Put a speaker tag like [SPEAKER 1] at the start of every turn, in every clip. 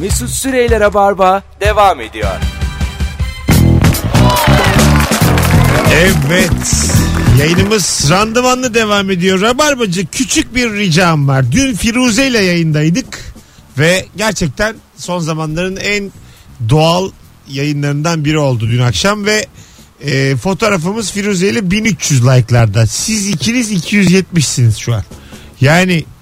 [SPEAKER 1] Mesut Süreyler'e barba devam ediyor.
[SPEAKER 2] Evet. Yayınımız randımanlı devam ediyor. Rabarbacı küçük bir ricam var. Dün Firuze ile yayındaydık ve gerçekten son zamanların en doğal yayınlarından biri oldu dün akşam ve e, fotoğrafımız Firuze ile 1300 like'larda. Siz ikiniz 270'siniz şu an. Yani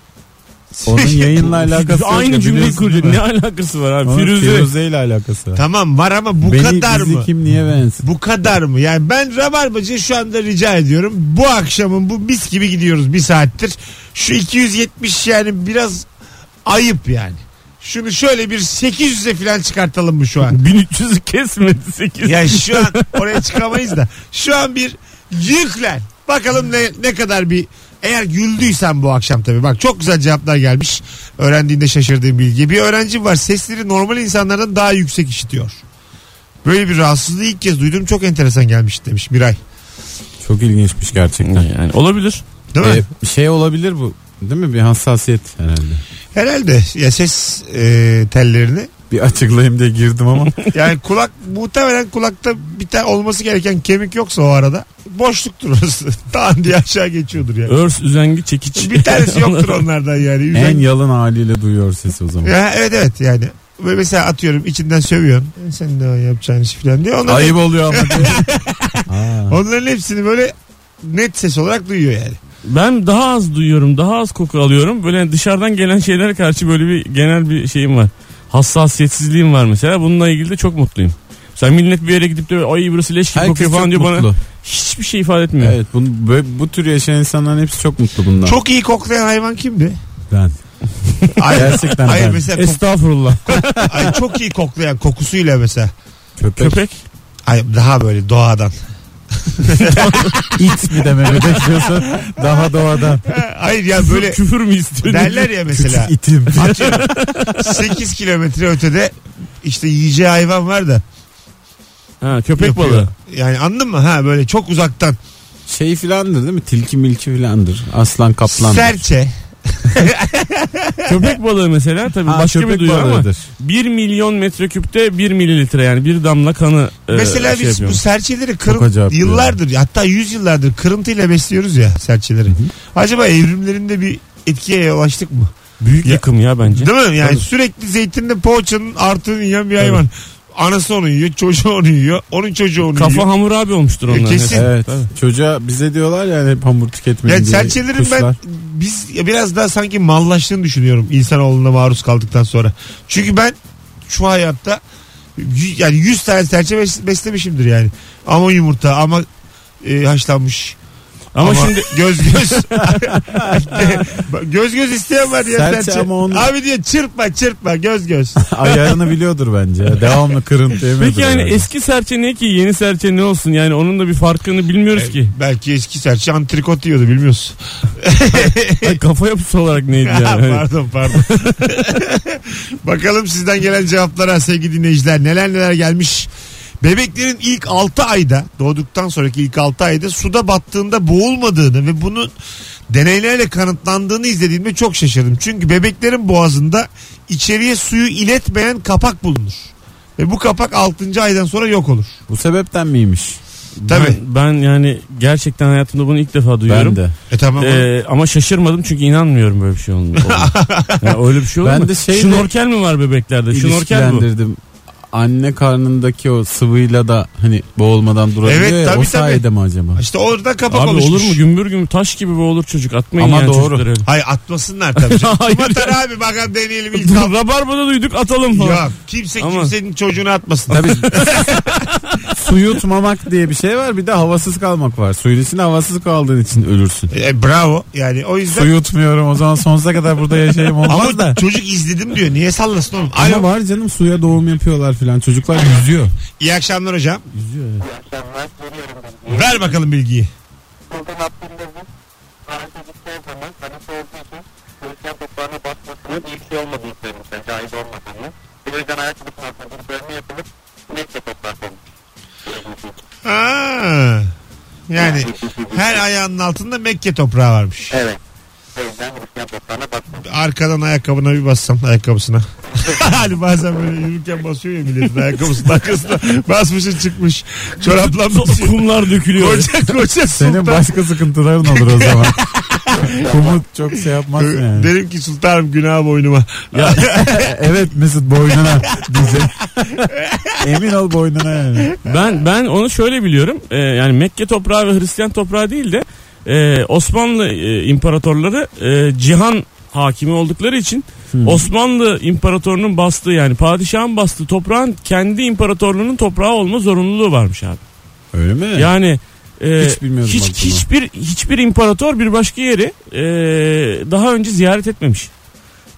[SPEAKER 2] Şey,
[SPEAKER 3] Onun yayınla alakası yok.
[SPEAKER 4] Aynı
[SPEAKER 3] ya,
[SPEAKER 4] cümleyi
[SPEAKER 3] biliyorsun
[SPEAKER 4] kurdu.
[SPEAKER 3] değil
[SPEAKER 4] Ne
[SPEAKER 3] mi?
[SPEAKER 4] alakası var abi?
[SPEAKER 3] Onun
[SPEAKER 4] Firuze.
[SPEAKER 3] Firuze ile alakası var.
[SPEAKER 2] tamam var ama bu
[SPEAKER 3] Beni
[SPEAKER 2] kadar
[SPEAKER 3] bizi
[SPEAKER 2] mı?
[SPEAKER 3] kim niye beğensin?
[SPEAKER 2] Bu kadar mı? Yani ben Rabarbacı şu anda rica ediyorum. Bu akşamın bu mis gibi gidiyoruz bir saattir. Şu 270 yani biraz ayıp yani. Şunu şöyle bir 800'e falan çıkartalım mı şu an?
[SPEAKER 4] 1300'ü kesmedi 8.
[SPEAKER 2] Ya şu an oraya çıkamayız da. Şu an bir yüklen. Bakalım ne, ne kadar bir eğer güldüysen bu akşam tabii. Bak çok güzel cevaplar gelmiş. Öğrendiğinde şaşırdığım bilgi. Bir öğrencim var sesleri normal insanlardan daha yüksek işitiyor. Böyle bir rahatsızlığı ilk kez duydum. Çok enteresan gelmiş demiş Miray.
[SPEAKER 3] Çok ilginçmiş gerçekten.
[SPEAKER 4] Yani olabilir.
[SPEAKER 2] Değil mi?
[SPEAKER 3] Ee, şey olabilir bu. Değil mi? Bir hassasiyet herhalde.
[SPEAKER 2] Herhalde ya ses e, tellerini.
[SPEAKER 3] Bir açıklayayım diye girdim ama.
[SPEAKER 2] Yani kulak muhtemelen kulakta bir tane olması gereken kemik yoksa o arada boşluktur orası. Tan diye aşağı geçiyordur yani.
[SPEAKER 4] Örs, üzengi, çekiç.
[SPEAKER 2] Bir tanesi yoktur onlardan yani. Üzen-
[SPEAKER 3] en yalın haliyle duyuyor sesi o zaman.
[SPEAKER 2] Ya, evet evet yani. Böyle mesela atıyorum içinden sövüyorsun. E, Sen ne yapacağın iş falan diye. Onların,
[SPEAKER 3] Ayıp oluyor ama. diye. Aa.
[SPEAKER 2] onların hepsini böyle net ses olarak duyuyor yani.
[SPEAKER 4] Ben daha az duyuyorum, daha az koku alıyorum. Böyle dışarıdan gelen şeylere karşı böyle bir genel bir şeyim var. Hassasiyetsizliğim var mesela. Bununla ilgili de çok mutluyum. Sen millet bir yere gidip de böyle, ay burası leş gibi
[SPEAKER 3] Herkes
[SPEAKER 4] kokuyor
[SPEAKER 3] çok
[SPEAKER 4] falan diyor bana.
[SPEAKER 3] mutlu.
[SPEAKER 4] Hiçbir şey ifade etmiyor.
[SPEAKER 3] Evet bunu, böyle- bu tür yaşayan insanların hepsi çok mutlu bundan.
[SPEAKER 2] Çok iyi koklayan hayvan kimdi?
[SPEAKER 3] Ben.
[SPEAKER 2] Ay,
[SPEAKER 3] Gerçekten
[SPEAKER 2] ay
[SPEAKER 3] ben.
[SPEAKER 2] mesela kok-
[SPEAKER 4] Estağfurullah.
[SPEAKER 2] ay çok iyi koklayan kokusuyla mesela.
[SPEAKER 3] Köpek.
[SPEAKER 4] Köpek.
[SPEAKER 2] Ay daha böyle doğadan.
[SPEAKER 3] İt mi dememi bekliyorsun? Daha doğada.
[SPEAKER 2] Hayır ya böyle
[SPEAKER 4] Küfür mü istiyorsun?
[SPEAKER 2] derler ya mesela.
[SPEAKER 3] Küçük itim.
[SPEAKER 2] Atıyorum 8 kilometre ötede işte yiyeceği hayvan var da.
[SPEAKER 4] Ha, köpek
[SPEAKER 2] yapıyor.
[SPEAKER 4] balığı.
[SPEAKER 2] Yani anladın mı? Ha böyle çok uzaktan.
[SPEAKER 3] Şey filandır değil mi? Tilki milki filandır. Aslan kaplan.
[SPEAKER 2] Serçe.
[SPEAKER 4] köpek balığı mesela tabii
[SPEAKER 3] Ha,
[SPEAKER 4] başka bir
[SPEAKER 3] köpek
[SPEAKER 4] duygu ama
[SPEAKER 3] balığıdır.
[SPEAKER 4] 1 milyon metreküpte 1 mililitre yani bir damla kanı e,
[SPEAKER 2] Mesela
[SPEAKER 4] şey
[SPEAKER 2] biz bu
[SPEAKER 4] yapıyormuş.
[SPEAKER 2] serçeleri
[SPEAKER 3] Ee, Çok
[SPEAKER 2] kırım
[SPEAKER 3] acayip ya.
[SPEAKER 2] yıllardır hatta yüzyıllardır kırıntıyla besliyoruz ya serçeleri. Acaba evrimlerinde bir etkiye yol açtık mı?
[SPEAKER 4] büyük
[SPEAKER 2] Ya-
[SPEAKER 4] yıkım ya bence.
[SPEAKER 2] Değil mi? Yani
[SPEAKER 3] Tabii.
[SPEAKER 2] sürekli zeytinde poğaçanın artığını yiyen bir hayvan. Anası onu yiyor, çocuğu onu yiyor, onun çocuğu onu
[SPEAKER 4] Kafa
[SPEAKER 2] yiyor.
[SPEAKER 4] hamur abi olmuştur
[SPEAKER 2] Ya
[SPEAKER 4] onlar.
[SPEAKER 2] kesin.
[SPEAKER 3] Evet. Çocuğa bize diyorlar yani hep hamur tüketmeyin
[SPEAKER 2] Yani
[SPEAKER 3] diye.
[SPEAKER 2] serçelerin ben
[SPEAKER 3] Kuşlar.
[SPEAKER 2] biz ya biraz daha sanki mallaştığını düşünüyorum insanoğluna maruz kaldıktan sonra. Çünkü ben şu hayatta y- yani 100 tane serçe bes- beslemişimdir yani. Ama yumurta ama e, haşlanmış.
[SPEAKER 4] Ama, şimdi
[SPEAKER 2] göz göz göz göz isteyen var ya
[SPEAKER 3] Serçe
[SPEAKER 2] serçe.
[SPEAKER 3] ama onun-
[SPEAKER 2] Abi diyor çırpma çırpma göz göz.
[SPEAKER 3] Ayarını biliyordur bence. ya. Devamlı kırıntı yemiyordur.
[SPEAKER 4] peki yani
[SPEAKER 3] herhalde.
[SPEAKER 4] eski serçe ne ki yeni serçe ne olsun yani onun da bir farkını bilmiyoruz
[SPEAKER 2] E-
[SPEAKER 4] ki.
[SPEAKER 2] Belki eski serçe antrikot yiyordu bilmiyorsun.
[SPEAKER 4] Ay, kafa yapısı olarak neydi yani? Hani
[SPEAKER 2] pardon pardon. Bakalım sizden gelen cevaplara sevgili dinleyiciler neler neler gelmiş. Bebeklerin ilk 6 ayda doğduktan sonraki ilk 6 ayda suda battığında boğulmadığını ve bunun deneylerle kanıtlandığını izlediğimde çok şaşırdım. Çünkü bebeklerin boğazında içeriye suyu iletmeyen kapak bulunur. Ve bu kapak 6. aydan sonra yok olur.
[SPEAKER 3] Bu sebepten miymiş?
[SPEAKER 2] Tabii.
[SPEAKER 4] Ben, ben yani gerçekten hayatımda bunu ilk defa duyuyorum.
[SPEAKER 3] Ben de.
[SPEAKER 2] E tamam.
[SPEAKER 4] Ee, ama şaşırmadım çünkü inanmıyorum böyle bir şey olduğunu. yani öyle bir şey olur
[SPEAKER 3] Ben
[SPEAKER 4] mu?
[SPEAKER 3] de şeyle-
[SPEAKER 4] Şnorkel mi var bebeklerde? Şnorkel E, bu.
[SPEAKER 3] İlişkilendirdim. Anne karnındaki o sıvıyla da hani boğulmadan durabiliyor
[SPEAKER 2] Evet,
[SPEAKER 3] ya.
[SPEAKER 2] tabii,
[SPEAKER 3] o
[SPEAKER 2] tabii.
[SPEAKER 3] sayede mi acaba?
[SPEAKER 2] İşte orada kapak
[SPEAKER 4] Abi
[SPEAKER 2] oluşmuş.
[SPEAKER 4] olur mu gümbür gümbür taş gibi bu olur çocuk atmayın
[SPEAKER 3] Ama
[SPEAKER 4] yani
[SPEAKER 3] doğru.
[SPEAKER 4] çocukları öyle.
[SPEAKER 2] Hayır atmasınlar tabii. canım.
[SPEAKER 4] Hayır.
[SPEAKER 2] Atar abi bakalım deneyelim ilk
[SPEAKER 4] Dur, Rabarbada duyduk atalım falan.
[SPEAKER 2] Ya kimse
[SPEAKER 4] Ama-
[SPEAKER 2] kimsenin çocuğunu atmasın.
[SPEAKER 3] Tabii. su yutmamak diye bir şey var. Bir de havasız kalmak var. Suyun içinde havasız kaldığın için ölürsün.
[SPEAKER 2] E, bravo. Yani o yüzden
[SPEAKER 3] Su yutmuyorum o zaman sonsuza kadar burada yaşayayım olmaz
[SPEAKER 2] ama
[SPEAKER 3] da.
[SPEAKER 2] çocuk izledim diyor. Niye sallasın oğlum? Alo.
[SPEAKER 3] Ama var canım suya doğum yapıyorlar filan. Çocuklar yüzüyor.
[SPEAKER 2] İyi akşamlar hocam.
[SPEAKER 3] Yüzüyor evet.
[SPEAKER 5] akşamlar veriyorum bilgiyi.
[SPEAKER 2] Ver bakalım bilgiyi.
[SPEAKER 5] Buradan attığımda bu tuvalete gideceği zaman bana sorduğu için Hristiyan toprağına basmasının iyi bir şey olmadığını söylemişler. Caiz olmadığını. Bu yüzden ayakkabı altında bir bölme yapılıp neyse toprak olmuş.
[SPEAKER 2] Aa, yani her ayağının altında Mekke toprağı varmış.
[SPEAKER 5] Evet. O yüzden Hristiyan toprağına basmasın.
[SPEAKER 2] Arkadan ayakkabına bir bassam ayakkabısına. hani bazen böyle yürürken basıyor ya milletin ayakkabısının arkasına. Basmışın çıkmış. Çoraplan
[SPEAKER 4] So-
[SPEAKER 2] basıyor.
[SPEAKER 4] Kumlar dökülüyor.
[SPEAKER 2] Koca koca
[SPEAKER 3] Senin
[SPEAKER 2] sultan.
[SPEAKER 3] başka sıkıntıların olur o zaman. Kumu çok şey yapmazsın yani.
[SPEAKER 2] Derim ki sultanım günah boynuma.
[SPEAKER 3] evet Mesut boynuna diyecek. Emin ol boynuna yani.
[SPEAKER 4] Ben ben onu şöyle biliyorum. Ee, yani Mekke toprağı ve Hristiyan toprağı değil de e, Osmanlı e, imparatorları e, cihan hakimi oldukları için Osmanlı imparatorunun bastığı yani padişahın bastığı toprağın kendi imparatorluğunun toprağı olma zorunluluğu varmış abi.
[SPEAKER 3] Öyle mi?
[SPEAKER 4] Yani e,
[SPEAKER 3] Hiç bilmiyordum
[SPEAKER 4] hiç-
[SPEAKER 3] bak bunu.
[SPEAKER 4] hiçbir hiçbir imparator bir başka yeri e, daha önce ziyaret etmemiş.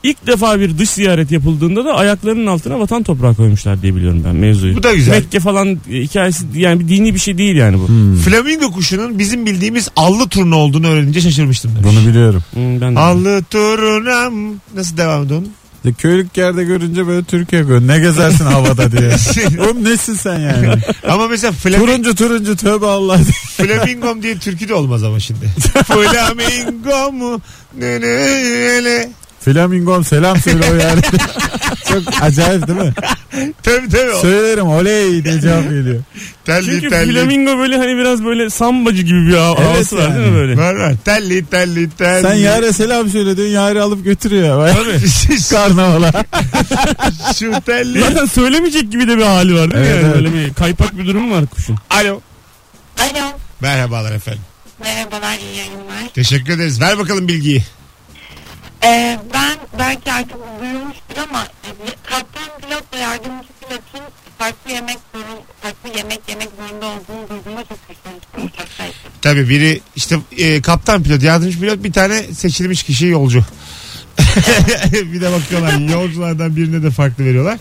[SPEAKER 4] İlk defa bir dış ziyaret yapıldığında da ayaklarının altına vatan toprağı koymuşlar diye biliyorum ben mevzuyu.
[SPEAKER 2] Bu da güzel.
[SPEAKER 4] Mekke falan e, hikayesi yani bir dini bir şey değil yani bu.
[SPEAKER 3] Hmm.
[SPEAKER 2] Flamingo kuşunun bizim bildiğimiz allı turna olduğunu öğrenince şaşırmıştım. demiş.
[SPEAKER 3] Bunu biliyorum.
[SPEAKER 4] Hmm, ben de-
[SPEAKER 2] Allı turnam. Nasıl devam ediyor onun?
[SPEAKER 3] Ya köylük yerde görünce böyle Türkiye gör. Ne gezersin havada diye. Oğlum nesin sen yani?
[SPEAKER 2] Ama mesela flamingo,
[SPEAKER 3] turuncu turuncu tövbe Allah. diye.
[SPEAKER 2] flamingom diye türkü de olmaz ama şimdi. Flamingo mu? Ne ne ne ne.
[SPEAKER 3] Flamingom selam söyle o yani. çok acayip değil mi?
[SPEAKER 2] Tabii tabii. o.
[SPEAKER 3] Söylerim oley diye cevap geliyor.
[SPEAKER 2] Telli
[SPEAKER 4] Çünkü
[SPEAKER 2] telli.
[SPEAKER 4] flamingo böyle hani biraz böyle sambacı gibi bir hav-
[SPEAKER 3] Evet
[SPEAKER 4] havası var değil
[SPEAKER 3] yani.
[SPEAKER 4] mi böyle?
[SPEAKER 2] Var var. Telli telli telli.
[SPEAKER 3] Sen yare selam söyle diyorsun yare alıp götürüyor. Vay
[SPEAKER 4] Tabii.
[SPEAKER 3] Karnavala.
[SPEAKER 2] Şu telli.
[SPEAKER 4] Zaten söylemeyecek gibi de bir hali var değil mi?
[SPEAKER 3] Evet,
[SPEAKER 4] yani?
[SPEAKER 3] evet.
[SPEAKER 4] Böyle bir kaypak bir durum var kuşun.
[SPEAKER 2] Alo.
[SPEAKER 6] Alo.
[SPEAKER 2] Merhabalar efendim.
[SPEAKER 6] Merhabalar, iyi yayınlar.
[SPEAKER 2] Teşekkür ederiz. Ver bakalım bilgiyi.
[SPEAKER 6] Ee, ben belki artık duyulmuştur ama e, kaptan pilot ve yardımcı pilotun farklı yemek zorun, farklı yemek yemek zorunda olduğunu duyduğumda çok şaşırmıştım uçaktayken.
[SPEAKER 2] Tabii biri işte e, kaptan pilot, yardımcı pilot bir tane seçilmiş kişi yolcu. bir de bakıyorlar yolculardan birine de farklı veriyorlar.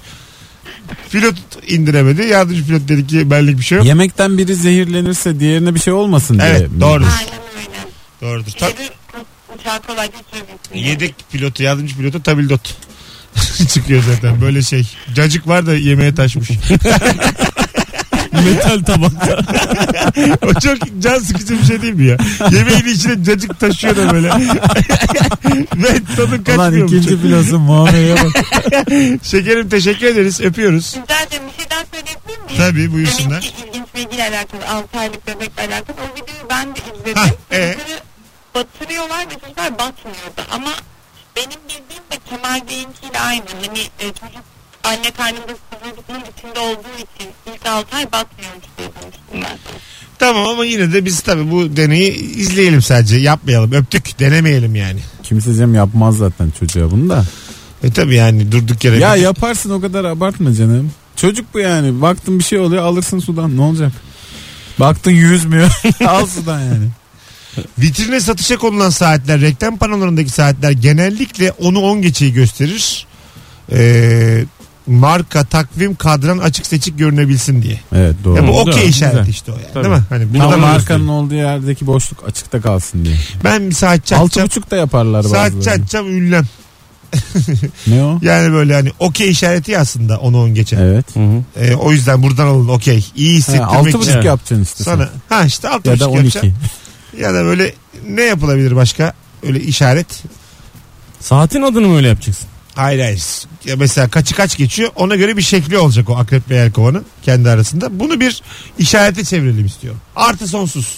[SPEAKER 2] Pilot indiremedi. Yardımcı pilot dedi ki benlik bir şey yok.
[SPEAKER 3] Yemekten biri zehirlenirse diğerine bir şey olmasın diye.
[SPEAKER 2] Evet
[SPEAKER 3] mi?
[SPEAKER 2] doğrudur.
[SPEAKER 6] Aynen öyle.
[SPEAKER 2] Doğrudur. Ta-
[SPEAKER 6] Şeyde u- uçağı kolayca sürebilsin.
[SPEAKER 2] yedek pilotu, yardımcı pilotu tabildot. çıkıyor zaten böyle şey. Cacık var da yemeğe taşmış.
[SPEAKER 4] Metal tabakta.
[SPEAKER 2] o çok can sıkıcı bir şey değil mi ya? Yemeğin içine cacık taşıyor da böyle. Ve tadı
[SPEAKER 3] Ulan
[SPEAKER 2] kaçmıyor. mu?
[SPEAKER 3] ikinci pilotun muameleye bak.
[SPEAKER 2] Şekerim teşekkür ederiz. Öpüyoruz.
[SPEAKER 6] Güzelce bir şey daha söyleyebilir miyim?
[SPEAKER 2] Tabii, buyursunlar.
[SPEAKER 6] Deminki ilginç bilgiyle alakalı, 6 aylık bebekle alakalı. O videoyu ben de izledim.
[SPEAKER 2] Hah, ee?
[SPEAKER 6] Çocukları batırıyorlar ve çocuklar batmıyordu. Ama benim bildiğim de Kemal Bey'inkiyle aynı. Hani e, çocuk anne karnında çocuğunun içinde olduğu için ilk 6 ay batmıyormuş diye duymuştum ben.
[SPEAKER 2] Tamam ama yine de biz tabii bu deneyi izleyelim sadece. Yapmayalım. Öptük. Denemeyelim yani.
[SPEAKER 3] Kimse Cem yapmaz zaten çocuğa bunu da.
[SPEAKER 2] E tabii yani durduk yere.
[SPEAKER 3] Ya yaparsın o kadar abartma canım. Çocuk bu yani. Baktın bir şey oluyor alırsın sudan ne olacak? Baktın yüzmüyor. Al sudan yani.
[SPEAKER 2] Vitrine satışa konulan saatler, reklam panolarındaki saatler genellikle onu 10 geçeyi gösterir. Ee, marka, takvim, kadran açık seçik görünebilsin diye.
[SPEAKER 3] Evet doğru.
[SPEAKER 2] Ya bu
[SPEAKER 4] Doğru,
[SPEAKER 2] okey işareti
[SPEAKER 3] güzel.
[SPEAKER 2] işte o yani.
[SPEAKER 4] Tabii.
[SPEAKER 2] Değil mi? Hani
[SPEAKER 4] Tam
[SPEAKER 2] burada
[SPEAKER 3] Tam
[SPEAKER 4] Bundan
[SPEAKER 3] markanın olduğu yerdeki boşluk açıkta kalsın diye.
[SPEAKER 2] ben bir saatçi
[SPEAKER 3] Altı
[SPEAKER 2] açacağım.
[SPEAKER 3] buçukta yaparlar
[SPEAKER 2] Saatçi
[SPEAKER 3] bazıları.
[SPEAKER 2] açacağım ünlem.
[SPEAKER 3] Ne o?
[SPEAKER 2] Yani böyle hani okey işareti ya aslında 10'u 10 geçen.
[SPEAKER 3] Evet.
[SPEAKER 2] Ee, o yüzden buradan alın okey. İyi
[SPEAKER 3] Ha,
[SPEAKER 2] hissettirmek
[SPEAKER 3] altı
[SPEAKER 2] için.
[SPEAKER 3] buçuk
[SPEAKER 4] Evet.
[SPEAKER 3] yapacaksın işte. sen.
[SPEAKER 2] Sana. Ha işte 6.5
[SPEAKER 3] Ya da on iki.
[SPEAKER 2] Ya da böyle ne yapılabilir başka? Öyle işaret.
[SPEAKER 4] Saatin adını mı öyle yapacaksın?
[SPEAKER 2] Hayır hayır. Ya mesela kaçı kaç geçiyor ona göre bir şekli olacak o akrep ve yelkovanın kendi arasında. Bunu bir işarete çevirelim istiyorum. Artı sonsuz.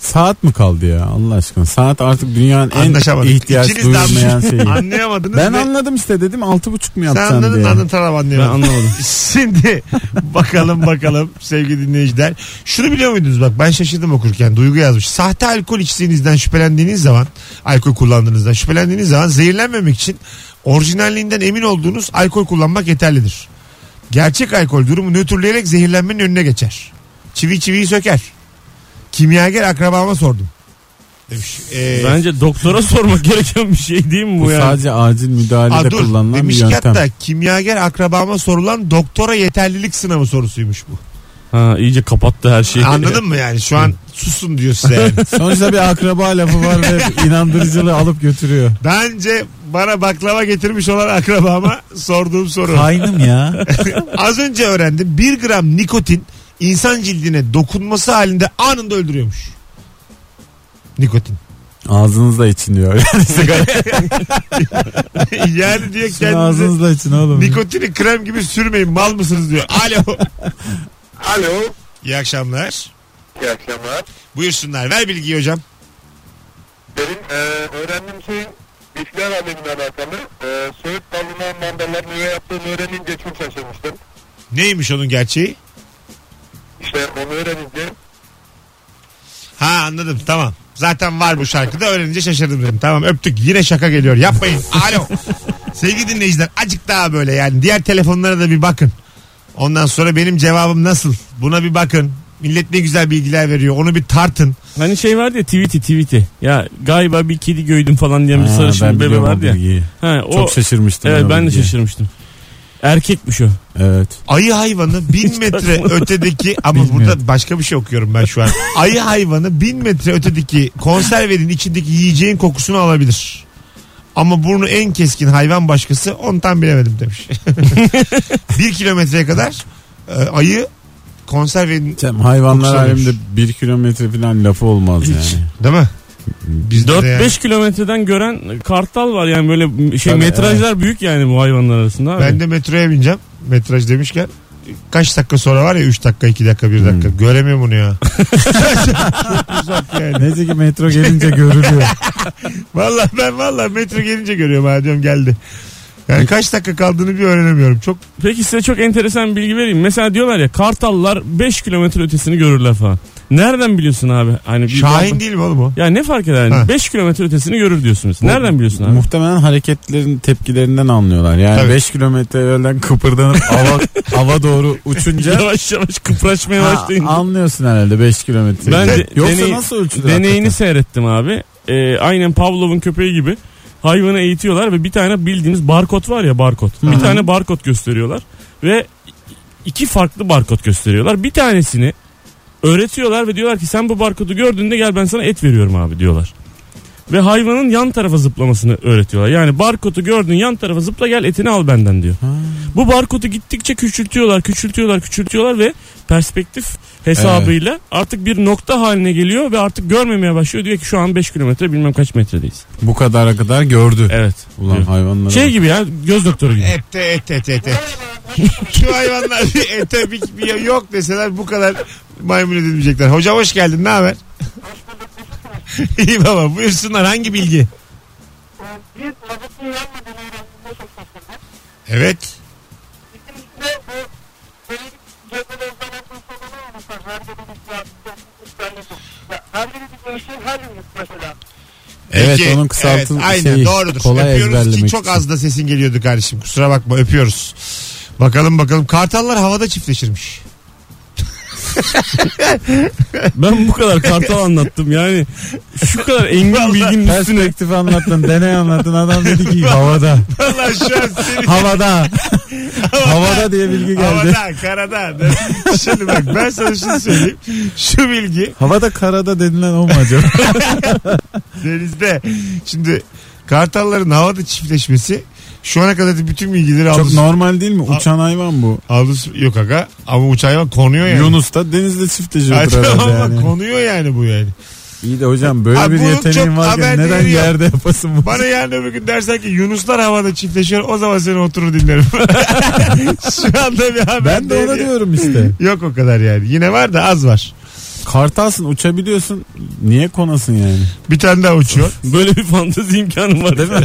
[SPEAKER 3] Saat mi kaldı ya Allah aşkına? Saat artık dünyanın en
[SPEAKER 2] Anlaşamadık.
[SPEAKER 3] ihtiyaç şey.
[SPEAKER 2] İkiniz de
[SPEAKER 3] duyulmayan şeyi.
[SPEAKER 2] Anlayamadınız.
[SPEAKER 3] Ben
[SPEAKER 2] ve-
[SPEAKER 3] anladım işte dedim altı buçuk mu
[SPEAKER 2] Sen
[SPEAKER 3] yapacaksın
[SPEAKER 2] anladın
[SPEAKER 3] diye.
[SPEAKER 2] anladın tamam
[SPEAKER 4] Ben
[SPEAKER 2] anlayamadım.
[SPEAKER 4] anlamadım.
[SPEAKER 2] Şimdi bakalım bakalım sevgili dinleyiciler. Şunu biliyor muydunuz bak ben şaşırdım okurken Duygu yazmış. Sahte alkol içtiğinizden şüphelendiğiniz zaman alkol kullandığınızdan şüphelendiğiniz zaman zehirlenmemek için orijinalliğinden emin olduğunuz alkol kullanmak yeterlidir. Gerçek alkol durumu nötrleyerek zehirlenmenin önüne geçer. Çivi çiviyi söker. Kimyager akrabama sordum. Demiş. Ee,
[SPEAKER 4] Bence doktora sormak gereken bir şey değil mi bu,
[SPEAKER 3] Bu
[SPEAKER 4] yani?
[SPEAKER 3] sadece acil müdahalede
[SPEAKER 2] Aa, dur.
[SPEAKER 3] kullanılan bir
[SPEAKER 2] Demiş ki
[SPEAKER 3] yöntem.
[SPEAKER 2] hatta kimyager akrabama sorulan doktora yeterlilik sınavı sorusuymuş bu.
[SPEAKER 4] Ha, iyice kapattı her şeyi.
[SPEAKER 2] Anladın mı yani şu an susun diyor size yani.
[SPEAKER 3] Sonuçta bir akraba lafı var ve inandırıcılığı alıp götürüyor.
[SPEAKER 2] Bence bana baklava getirmiş olan akrabama sorduğum soru.
[SPEAKER 3] Kaynım ya.
[SPEAKER 2] Az önce öğrendim 1 gram nikotin insan cildine dokunması halinde anında öldürüyormuş. Nikotin.
[SPEAKER 3] Ağzınızla için diyor.
[SPEAKER 2] yani diyor
[SPEAKER 3] Şunu
[SPEAKER 2] kendinize
[SPEAKER 3] ağzınızla için oğlum.
[SPEAKER 2] nikotini krem gibi sürmeyin mal mısınız diyor. Alo.
[SPEAKER 5] Alo.
[SPEAKER 2] İyi akşamlar.
[SPEAKER 5] İyi akşamlar.
[SPEAKER 2] Buyursunlar ver bilgiyi hocam.
[SPEAKER 5] Benim e, öğrendiğim şey bisküvi alemiyle alakalı. E, Söğüt dalına mandallarını öyle yaptığını öğrenince çok şaşırmıştım.
[SPEAKER 2] Neymiş onun gerçeği?
[SPEAKER 5] İşte onu öğrenince
[SPEAKER 2] Ha anladım tamam. Zaten var bu şarkıda öğrenince şaşırdım dedim. Tamam öptük yine şaka geliyor yapmayın. Alo. Sevgili dinleyiciler acık daha böyle yani diğer telefonlara da bir bakın. Ondan sonra benim cevabım nasıl? Buna bir bakın. Millet ne güzel bilgiler veriyor onu bir tartın.
[SPEAKER 4] Hani şey vardı ya tweet'i tweet'i. Ya galiba bir kedi gördüm falan diyen bir
[SPEAKER 3] Ha,
[SPEAKER 4] sarışın
[SPEAKER 3] ben
[SPEAKER 4] bir bebe
[SPEAKER 3] biliyorum o
[SPEAKER 4] vardı ya.
[SPEAKER 3] bilgiyi.
[SPEAKER 4] Ha, o,
[SPEAKER 3] Çok şaşırmıştım.
[SPEAKER 4] Evet
[SPEAKER 3] o
[SPEAKER 4] ben de
[SPEAKER 3] bilgiye.
[SPEAKER 4] şaşırmıştım. Erkekmiş o.
[SPEAKER 3] Evet.
[SPEAKER 2] Ayı hayvanı bin metre ötedeki ama burada başka bir şey okuyorum ben şu an. Ayı hayvanı bin metre ötedeki konservenin içindeki yiyeceğin kokusunu alabilir. Ama burnu en keskin hayvan başkası onu tam bilemedim demiş. bir kilometreye kadar e, ayı konservenin
[SPEAKER 3] Cem, hayvanlar
[SPEAKER 2] Kokusu
[SPEAKER 3] alemde bir kilometre falan lafı olmaz yani.
[SPEAKER 2] değil mi? Bizde de
[SPEAKER 4] 4-5
[SPEAKER 2] yani.
[SPEAKER 4] kilometreden gören kartal var yani böyle şey
[SPEAKER 3] Tabii,
[SPEAKER 4] metrajlar büyük yani bu hayvanlar arasında abi.
[SPEAKER 2] Ben de metroya bineceğim. Metraj demişken kaç dakika sonra var ya 3 dakika 2 dakika 1 dakika. Göremiyorum bunu ya. Çok uzak yani.
[SPEAKER 3] Neyse ki metro gelince görülüyor.
[SPEAKER 2] Valla ben valla metro gelince görüyorum ha diyorum geldi. Yani kaç dakika kaldığını bir öğrenemiyorum. Çok
[SPEAKER 4] Peki size çok enteresan bir bilgi vereyim. Mesela diyorlar ya kartallar 5 kilometre ötesini görürler falan. Nereden biliyorsun abi? Hani bir
[SPEAKER 2] şahin değil mi oğlum o?
[SPEAKER 4] Ya ne fark eder?
[SPEAKER 2] Ha.
[SPEAKER 4] Yani? 5 kilometre ötesini görür diyorsunuz. Nereden biliyorsun abi?
[SPEAKER 3] Muhtemelen hareketlerin tepkilerinden anlıyorlar.
[SPEAKER 2] Tabii.
[SPEAKER 3] Yani 5 kilometre yerden kıpırdanıp hava, hava doğru uçunca
[SPEAKER 4] yavaş yavaş kıpraşmaya
[SPEAKER 3] ha,
[SPEAKER 4] başlayınca.
[SPEAKER 3] anlıyorsun herhalde 5 kilometre.
[SPEAKER 4] Ben de-
[SPEAKER 3] Yoksa
[SPEAKER 4] deney-
[SPEAKER 3] nasıl ölçülür?
[SPEAKER 4] Deneyini seyrettim abi. Ee, aynen Pavlov'un köpeği gibi hayvanı eğitiyorlar ve bir tane bildiğiniz barkod var ya barkod. Bir tane barkod gösteriyorlar ve iki farklı barkod gösteriyorlar. Bir tanesini öğretiyorlar ve diyorlar ki sen bu barkodu gördüğünde gel ben sana et veriyorum abi diyorlar. Ve hayvanın yan tarafa zıplamasını öğretiyorlar. Yani barkodu gördün yan tarafa zıpla gel etini al benden diyor. Bu barkodu gittikçe küçültüyorlar, küçültüyorlar, küçültüyorlar ve perspektif hesabıyla artık bir nokta haline geliyor ve artık görmemeye başlıyor. Diyor ki şu an 5 kilometre bilmem kaç metredeyiz.
[SPEAKER 3] Bu kadara kadar gördü.
[SPEAKER 4] Evet.
[SPEAKER 3] Ulan
[SPEAKER 4] diyor.
[SPEAKER 3] hayvanlara.
[SPEAKER 4] Şey gibi ya göz doktoru gibi.
[SPEAKER 2] Ete ete ete ete. Şu hayvanlar bir ete bir, bir yok deseler bu kadar maymun edilmeyecekler. Hocam hoş geldin ne haber? İyi baba buyursunlar hangi bilgi?
[SPEAKER 6] Biz mazotu yanmadığını öğrendiğimde çok şaşırdım.
[SPEAKER 2] Evet.
[SPEAKER 6] Bizim işte bu benim cebelezden atılsalarına olmasa her birimiz yaptık. Her birimiz ölçüyor, her birimiz mesela.
[SPEAKER 3] Evet,
[SPEAKER 2] Peki,
[SPEAKER 3] onun kısaltı
[SPEAKER 2] evet, aynen,
[SPEAKER 3] şeyi,
[SPEAKER 2] doğrudur.
[SPEAKER 3] kolay
[SPEAKER 2] öpüyoruz ki
[SPEAKER 3] ezberlemek
[SPEAKER 2] çok
[SPEAKER 3] için.
[SPEAKER 2] az da sesin geliyordu kardeşim. Kusura bakma öpüyoruz. Bakalım bakalım. Kartallar havada çiftleşirmiş.
[SPEAKER 4] Ben bu kadar kartal anlattım yani şu kadar engin bilginin üstüne.
[SPEAKER 3] Perspektif anlattın, deney anlattın. Adam dedi ki havada,
[SPEAKER 2] Vallahi şu an seni
[SPEAKER 3] havada, havada diye bilgi geldi.
[SPEAKER 2] Havada, karada. Şimdi bak ben sana şunu söyleyeyim. Şu bilgi
[SPEAKER 3] Havada karada denilen o mu acaba?
[SPEAKER 2] denizde. Şimdi kartalların havada çiftleşmesi şu ana kadar bütün bilgileri
[SPEAKER 3] Çok
[SPEAKER 2] aldınız.
[SPEAKER 3] normal değil mi? Uçan hayvan bu.
[SPEAKER 2] Aldız yok aga ama uçağa bak konuyor yani.
[SPEAKER 3] Yunus da denizde çiftleşiyordur
[SPEAKER 2] Ay, tamam
[SPEAKER 3] herhalde
[SPEAKER 2] ama
[SPEAKER 3] yani.
[SPEAKER 2] konuyor yani bu yani.
[SPEAKER 3] İyi de hocam böyle
[SPEAKER 2] Abi
[SPEAKER 3] bir
[SPEAKER 2] bunun
[SPEAKER 3] yeteneğin
[SPEAKER 2] çok
[SPEAKER 3] varken
[SPEAKER 2] haber
[SPEAKER 3] neden
[SPEAKER 2] değeri yok.
[SPEAKER 3] yerde yapasın bunu?
[SPEAKER 2] Bana yarın öbür gün dersen ki Yunuslar havada çiftleşiyor o zaman seni oturur dinlerim. şu anda bir haber
[SPEAKER 3] Ben de ona
[SPEAKER 2] değeri-
[SPEAKER 3] diyorum işte.
[SPEAKER 2] Yok o kadar yani. Yine var da az var.
[SPEAKER 3] Kartalsın uçabiliyorsun. Niye konasın yani?
[SPEAKER 2] Bir tane daha uçuyor.
[SPEAKER 4] Böyle bir fantezi imkanım var değil mi?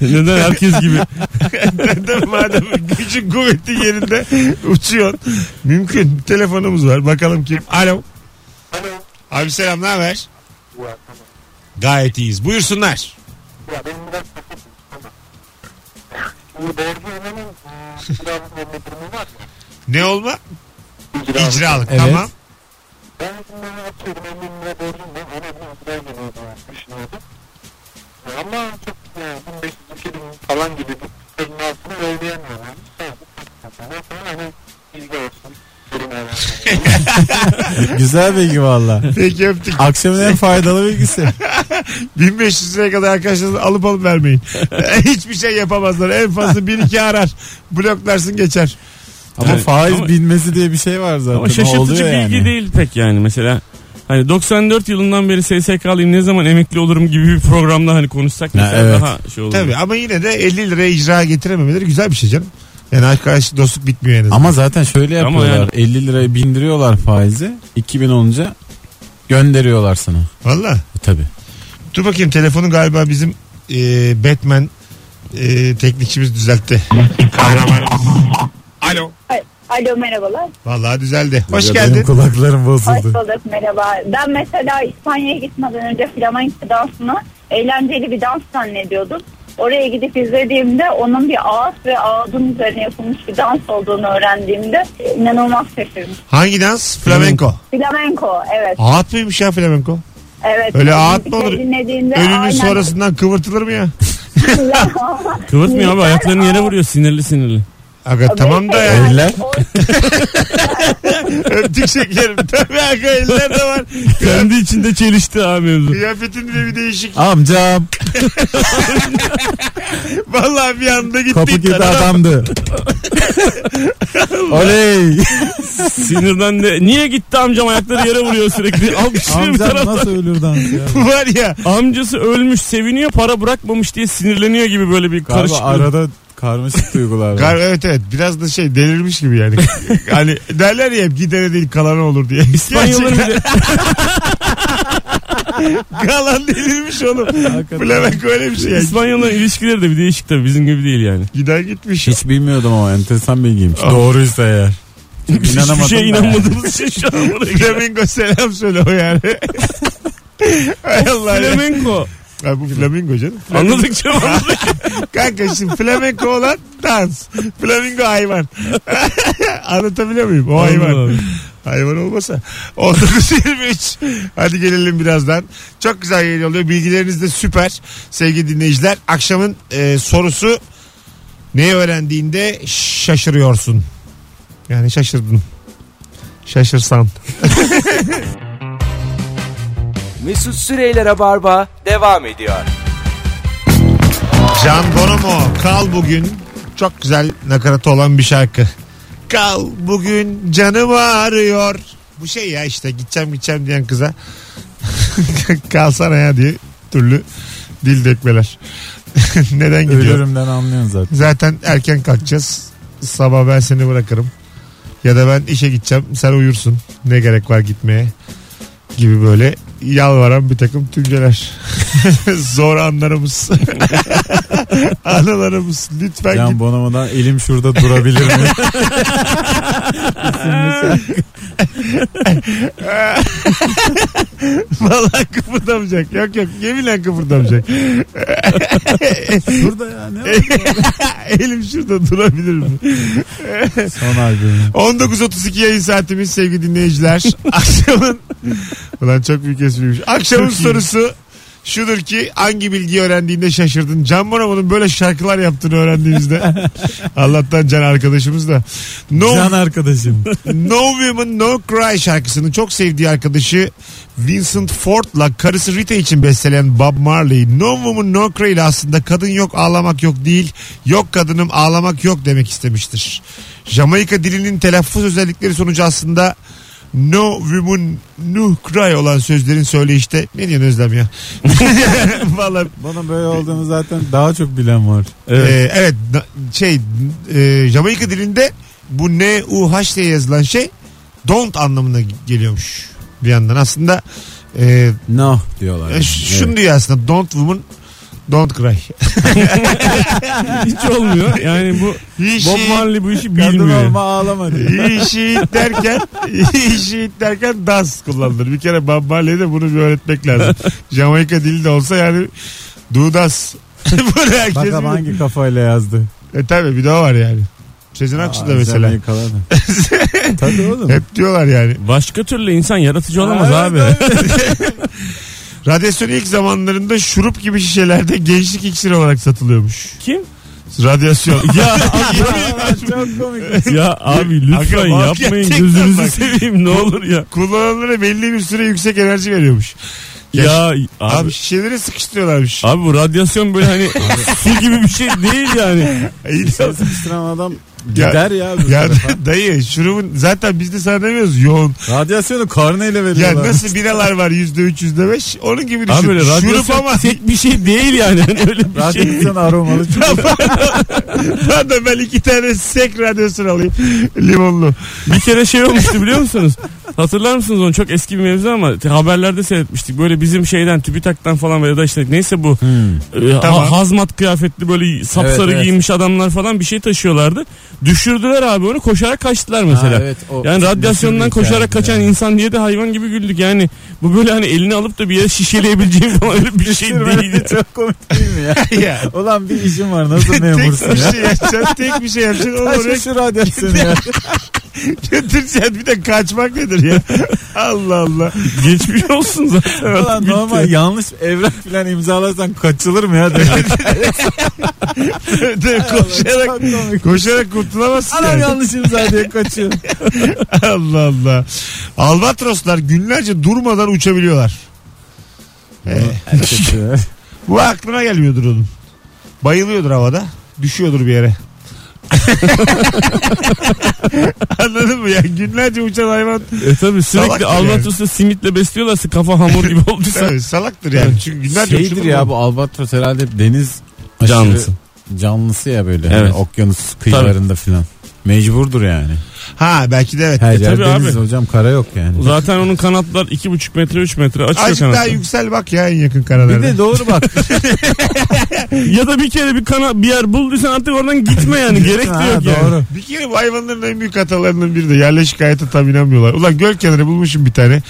[SPEAKER 4] Neden herkes gibi?
[SPEAKER 2] Neden madem gücün kuvveti yerinde uçuyorsun. Mümkün. Telefonumuz var. Bakalım kim? Alo.
[SPEAKER 5] Alo.
[SPEAKER 2] Abi selam ne haber?
[SPEAKER 5] Bu akşam.
[SPEAKER 2] Gayet iyiyiz. Buyursunlar.
[SPEAKER 5] Ya benim biraz takıldım. Tamam. Şimdi borcu ödemenin e, kiralık verme durumu var ya.
[SPEAKER 2] Ne olma?
[SPEAKER 5] İcralık.
[SPEAKER 2] İcralık.
[SPEAKER 3] Evet.
[SPEAKER 2] Tamam.
[SPEAKER 5] Ben şimdi atıyorum 50 lira borcum var. Ona bir icra geliyor diye düşünüyordum. E, Ama çok yani 1500 2000 falan gibi bir sorunun altını yollayamıyorum. Yani. Sonra hani icra olsun. Sorun olmaz.
[SPEAKER 3] Güzel bilgi valla.
[SPEAKER 2] Peki öptük.
[SPEAKER 3] Akşamın en faydalı bilgisi.
[SPEAKER 2] 1500 liraya kadar arkadaşlar alıp alıp vermeyin. Hiçbir şey yapamazlar. En fazla 1 2 arar. Bloklarsın geçer.
[SPEAKER 3] Ama
[SPEAKER 4] Evet.
[SPEAKER 3] faiz
[SPEAKER 4] Ama-
[SPEAKER 3] bilmesi diye bir şey var zaten.
[SPEAKER 4] Ama şaşırtıcı
[SPEAKER 3] Oluyor
[SPEAKER 4] bilgi
[SPEAKER 3] yani.
[SPEAKER 4] değil pek yani mesela Hani 94 yılından beri SSK'lıyım ne zaman emekli olurum gibi bir programda hani konuşsak mesela
[SPEAKER 3] evet.
[SPEAKER 4] daha şey olur.
[SPEAKER 2] Tabii ama yine de 50 liraya icra getirememeleri güzel bir şey canım. Yani arkadaşlık dostluk bitmiyor en azından.
[SPEAKER 3] Ama zaten şöyle
[SPEAKER 4] Ama
[SPEAKER 3] yapıyorlar.
[SPEAKER 4] yani-
[SPEAKER 3] 50 liraya bindiriyorlar faizi. 2000 olunca gönderiyorlar sana.
[SPEAKER 2] Valla.
[SPEAKER 3] E, Tabii.
[SPEAKER 2] Dur bakayım telefonu galiba bizim e, Batman e, teknikçimiz düzeltti. Kahramanımız. Alo.
[SPEAKER 7] Alo merhabalar.
[SPEAKER 2] Vallahi düzeldi. Hoş
[SPEAKER 3] Ya
[SPEAKER 2] geldin.
[SPEAKER 3] Benim kulaklarım
[SPEAKER 7] Hoş
[SPEAKER 3] bozuldu.
[SPEAKER 7] bulduk merhaba. Ben mesela İspanya'ya gitmeden önce flamenco dansını eğlenceli bir dans zannediyordum. Oraya gidip izlediğimde onun bir ağaç ve ağacın üzerine yapılmış bir dans olduğunu öğrendiğimde inanılmaz şaşırdım.
[SPEAKER 2] Hangi dans? Flamenco.
[SPEAKER 7] Flamenco evet.
[SPEAKER 2] Ağat mıymış ya flamenco?
[SPEAKER 7] evet.
[SPEAKER 2] Ah, Öyle ağaç
[SPEAKER 7] ağaç
[SPEAKER 2] mı olur? Önünün sonrasından kıvırtılır mı ya?
[SPEAKER 4] Kıvırtmıyor abi
[SPEAKER 7] Yeter,
[SPEAKER 4] ayaklarını yere
[SPEAKER 7] aa.
[SPEAKER 4] vuruyor sinirli sinirli.
[SPEAKER 2] Aga tamam da yani.
[SPEAKER 3] Eller.
[SPEAKER 2] Öptük şekerim. Tabii aga eller de var.
[SPEAKER 4] Kendi içinde çelişti abi mevzu.
[SPEAKER 2] Kıyafetinde de bir değişik.
[SPEAKER 3] Amcam
[SPEAKER 2] Vallahi bir anda gitti.
[SPEAKER 3] kapı gibi adamdı. Oley.
[SPEAKER 4] Sinirden de niye gitti amcam ayakları yere vuruyor sürekli. Alkışlıyor bir
[SPEAKER 3] Amcam
[SPEAKER 4] taraftan.
[SPEAKER 3] nasıl ölür dans ya?
[SPEAKER 2] var ya.
[SPEAKER 4] Amcası ölmüş seviniyor para bırakmamış diye sinirleniyor gibi böyle bir
[SPEAKER 3] Galiba
[SPEAKER 4] karışık.
[SPEAKER 3] arada karmaşık duygular var.
[SPEAKER 2] Gar- evet evet biraz da şey delirmiş gibi yani. hani derler ya hep gidene değil kalana olur diye.
[SPEAKER 4] İspanyolların
[SPEAKER 2] Gerçekten
[SPEAKER 4] bile
[SPEAKER 2] kalan delirmiş oğlum. Flamenco öyle bir şey yani.
[SPEAKER 4] İspanyolların ilişkileri de bir değişik tabii bizim gibi değil yani.
[SPEAKER 2] Giden gitmiş.
[SPEAKER 3] Hiç bilmiyordum ama enteresan bilgiymiş.
[SPEAKER 2] Ah.
[SPEAKER 3] Doğruysa eğer. Çünkü
[SPEAKER 2] şey
[SPEAKER 4] Hiçbir
[SPEAKER 3] inanamadım
[SPEAKER 4] şeye
[SPEAKER 3] ben.
[SPEAKER 4] inanmadığımız için şu an buraya geldik.
[SPEAKER 2] Flamenco selam söyle o yani. Hay Allah ya.
[SPEAKER 4] Flamenco.
[SPEAKER 2] Ha, bu flamingo canım.
[SPEAKER 4] Anladık canım anladık.
[SPEAKER 2] Kanka şimdi flamenco olan dans. Flamingo hayvan. Anlatabiliyor muyum? O hayvan.
[SPEAKER 4] Anladım.
[SPEAKER 2] Hayvan olmasa. 19.23. Hadi gelelim birazdan. Çok güzel yayın oluyor. Bilgileriniz de süper. Sevgili dinleyiciler. Akşamın e, sorusu ne öğrendiğinde şaşırıyorsun. Yani şaşırdın. Şaşırsan.
[SPEAKER 1] Mesut Süreyler'e barba devam ediyor.
[SPEAKER 2] Can Bonomo Kal Bugün çok güzel nakaratı olan bir şarkı. Kal bugün canım ağrıyor. Bu şey ya işte gideceğim gideceğim diyen kıza kalsana ya diye türlü dil dökmeler. Neden gidiyor?
[SPEAKER 3] Ölürümden anlıyorsun zaten.
[SPEAKER 2] Zaten erken kalkacağız. Sabah ben seni bırakırım. Ya da ben işe gideceğim sen uyursun. Ne gerek var gitmeye gibi böyle yalvaran bir takım tümceler. Zor anlarımız. Anılarımız lütfen
[SPEAKER 3] Can
[SPEAKER 2] git.
[SPEAKER 3] Bonomo'dan elim şurada durabilir mi?
[SPEAKER 2] Vallahi kıpırdamayacak. Yok yok yeminle kıpırdamayacak.
[SPEAKER 3] Burada ya ne var?
[SPEAKER 2] Elim şurada durabilir mi?
[SPEAKER 3] Son albümü.
[SPEAKER 2] 19.32 yayın saatimiz sevgili dinleyiciler. Akşamın Ulan çok büyük espriymiş. Akşamın sorusu şudur ki hangi bilgiyi öğrendiğinde şaşırdın? Can Bonomo'nun böyle şarkılar yaptığını öğrendiğimizde. Allah'tan Can arkadaşımız da. No,
[SPEAKER 3] Can arkadaşım.
[SPEAKER 2] no Woman No Cry şarkısını çok sevdiği arkadaşı Vincent Ford'la karısı Rita için besteleyen Bob Marley No Woman No Cry ile aslında kadın yok ağlamak yok değil yok kadınım ağlamak yok demek istemiştir. Jamaika dilinin telaffuz özellikleri sonucu aslında No woman no cry olan sözlerin söyleyişte ne diyorsun Özlem ya? Vallahi
[SPEAKER 3] Bana böyle olduğunu zaten daha çok bilen var.
[SPEAKER 2] ee, Evet. na- şey e, Jamaika dilinde bu N U H diye yazılan şey don't anlamına geliyormuş bir yandan. Aslında e,
[SPEAKER 3] No diyorlar.
[SPEAKER 2] e,
[SPEAKER 3] yani.
[SPEAKER 2] ş- şunu diyor aslında don't woman don't cry.
[SPEAKER 4] Hiç olmuyor. Yani bu
[SPEAKER 2] İşi,
[SPEAKER 4] Bob Marley bu işi
[SPEAKER 3] Evet. şey Kadın
[SPEAKER 4] bilmiyor.
[SPEAKER 3] olma ağlama diyor.
[SPEAKER 2] işi derken işi derken dans kullanılır. Bir kere Bob Marley'e de bunu bir öğretmek lazım. Jamaika dili de olsa yani do das. bunu herkes
[SPEAKER 3] Bakalım
[SPEAKER 2] bilir.
[SPEAKER 3] hangi kafayla yazdı.
[SPEAKER 2] E tabi bir daha var yani. Sezen Aksu da
[SPEAKER 3] Aa,
[SPEAKER 2] mesela.
[SPEAKER 3] Jamaikalı adam. Tabii oğlum.
[SPEAKER 2] Hep diyorlar yani.
[SPEAKER 4] Başka türlü insan yaratıcı olamaz
[SPEAKER 3] Evet,
[SPEAKER 4] abi.
[SPEAKER 2] Radyasyon ilk zamanlarında şurup gibi şişelerde gençlik iksiri olarak satılıyormuş.
[SPEAKER 4] Kim?
[SPEAKER 2] Radyasyon. ya
[SPEAKER 3] Aa, çok komik.
[SPEAKER 4] Ya abi lütfen
[SPEAKER 2] Aga bak
[SPEAKER 4] yapmayın
[SPEAKER 2] gerçekten
[SPEAKER 4] gözünüzü
[SPEAKER 2] bak.
[SPEAKER 4] seveyim ne olur ya.
[SPEAKER 2] kullananlara belli bir süre yüksek enerji veriyormuş.
[SPEAKER 4] Ya
[SPEAKER 2] Abi,
[SPEAKER 4] abi,
[SPEAKER 2] şişeleri sıkıştırıyorlarmış.
[SPEAKER 4] abi bu radyasyon böyle hani su gibi bir şey değil yani.
[SPEAKER 2] İyi de-
[SPEAKER 3] Sen sıkıştıran adam
[SPEAKER 2] Ya-
[SPEAKER 3] gider ya.
[SPEAKER 2] ya dayı şurubun zaten biz de sana demiyoruz yoğun.
[SPEAKER 3] Radyasyonu karneyle
[SPEAKER 2] Ya
[SPEAKER 3] veriyorlar.
[SPEAKER 2] nasıl biralar var yüzde üç yüzde beş onun gibi düşün.
[SPEAKER 4] Abi böyle
[SPEAKER 2] Şurup
[SPEAKER 4] radyasyon
[SPEAKER 2] ama
[SPEAKER 4] tek bir şey değil yani. Hani öyle bir şey.
[SPEAKER 3] Radyasyon aromalı.
[SPEAKER 2] ben de ben iki tane sek radyosunu alayım limonlu.
[SPEAKER 4] Bir kere şey olmuştu biliyor musunuz? Hatırlar mısınız onu? Çok eski bir mevzu ama te- haberlerde seyretmiştik. Böyle bizim şeyden TÜBİTAK'tan falan veya da işte neyse bu
[SPEAKER 3] Hmm.
[SPEAKER 4] e, ha-
[SPEAKER 2] Tamam.
[SPEAKER 4] hazmat kıyafetli böyle sapsarı
[SPEAKER 3] Evet, evet.
[SPEAKER 4] giymiş adamlar falan bir şey taşıyorlardı. Düşürdüler abi onu koşarak kaçtılar mesela.
[SPEAKER 3] Ha, evet, o-
[SPEAKER 4] yani radyasyondan
[SPEAKER 3] Düşürdü
[SPEAKER 4] koşarak
[SPEAKER 3] hikayede.
[SPEAKER 4] kaçan insan diye de hayvan gibi güldük. Yani bu böyle hani elini alıp da bir yere şişeleyebileceğin falan öyle bir şey değil.
[SPEAKER 3] Sürmeli çok komik değil mi ya?
[SPEAKER 2] Ya.
[SPEAKER 3] Ulan bir işim var nasıl
[SPEAKER 2] tek
[SPEAKER 3] memursun
[SPEAKER 2] bir
[SPEAKER 3] ya?
[SPEAKER 2] şey yapacaksın tek bir şey yapacaksın onu oraya
[SPEAKER 3] Taşı şu radyasyonu ya.
[SPEAKER 2] götüreceksin bir de kaçmak nedir ya Allah Allah
[SPEAKER 4] Geçmiş olsun zaten. artık
[SPEAKER 3] Ulan
[SPEAKER 4] bitti.
[SPEAKER 3] normal yanlış evrak falan imzalarsan kaçılır mı ya?
[SPEAKER 2] De koşarak koşarak kurtulamazsın
[SPEAKER 3] Anam
[SPEAKER 2] yani.
[SPEAKER 3] yanlış imza diye kaçıyor.
[SPEAKER 2] Allah Allah albatroslar günlerce durmadan uçabiliyorlar Ee, bu aklına gelmiyordur onun bayılıyordur havada düşüyordur bir yere Anladın mı ya? Günlerce uçan hayvan
[SPEAKER 4] E tabi
[SPEAKER 2] Salak
[SPEAKER 4] sürekli
[SPEAKER 2] yani.
[SPEAKER 4] Albatros'ta simitle besliyorlarsa kafa hamur gibi olduysa.
[SPEAKER 2] evet, salaktır yani. Çünkü günlerce
[SPEAKER 3] Şeydir
[SPEAKER 2] uçulur
[SPEAKER 3] ya
[SPEAKER 2] mu?
[SPEAKER 3] bu albatros herhalde hep deniz aşırı
[SPEAKER 4] Canlısı.
[SPEAKER 3] Canlısı ya böyle.
[SPEAKER 4] Evet.
[SPEAKER 3] Hani okyanus kıyılarında filan. Mecburdur yani.
[SPEAKER 2] Ha belki de evet.
[SPEAKER 3] Her yer
[SPEAKER 4] tabii
[SPEAKER 3] deniz
[SPEAKER 4] abi.
[SPEAKER 3] hocam kara yok yani.
[SPEAKER 4] Zaten onun kanatlar 2,5 metre 3 metre açıyor
[SPEAKER 2] Azıcık daha
[SPEAKER 4] kanatları.
[SPEAKER 2] yüksel bak ya en yakın karalarda.
[SPEAKER 3] Bir de doğru bak.
[SPEAKER 4] Ya da bir kere bir kana bir yer bulduysan artık oradan gitme yani gerek de
[SPEAKER 3] Ha,
[SPEAKER 4] yok yani.
[SPEAKER 3] Doğru.
[SPEAKER 2] Bir kere bu hayvanların en büyük hatalarından biri de yerleşik hayata tam inanmıyorlar. Ulan göl kenarı bulmuşum bir tane.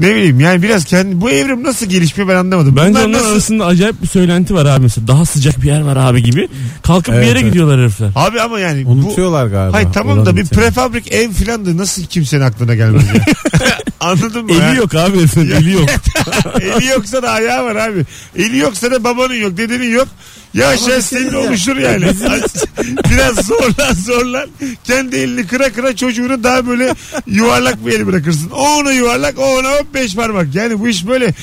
[SPEAKER 2] Ne bileyim yani biraz kendi bu evrim nasıl gelişmiyor ben anlamadım.
[SPEAKER 4] Bence
[SPEAKER 2] Bunlar
[SPEAKER 4] onlar
[SPEAKER 2] nasıl-
[SPEAKER 4] arasında acayip bir söylenti var abi mesela. Daha sıcak bir yer var abi gibi. Kalkıp
[SPEAKER 3] Evet,
[SPEAKER 4] bir yere
[SPEAKER 3] evet.
[SPEAKER 4] gidiyorlar herifler.
[SPEAKER 2] Abi ama yani bu
[SPEAKER 3] Unutuyorlar galiba.
[SPEAKER 2] Hayır tamam da
[SPEAKER 3] oranın
[SPEAKER 2] bir
[SPEAKER 3] içini.
[SPEAKER 2] prefabrik ev filan da nasıl kimsenin aklına gelmez ya. Anladın mı? ha?
[SPEAKER 4] Eli yok abi herifin eli yok.
[SPEAKER 2] Eli yoksa da ayağı var abi. Eli yoksa da babanın yok, dedenin yok. Yavaş yavaş senin oluşur yani. Biraz zorlan zorlan. Kendi elini kıra kıra çocuğunu daha böyle yuvarlak bir eli bırakırsın. O ona yuvarlak, o ona hop beş parmak. Yani bu iş böyle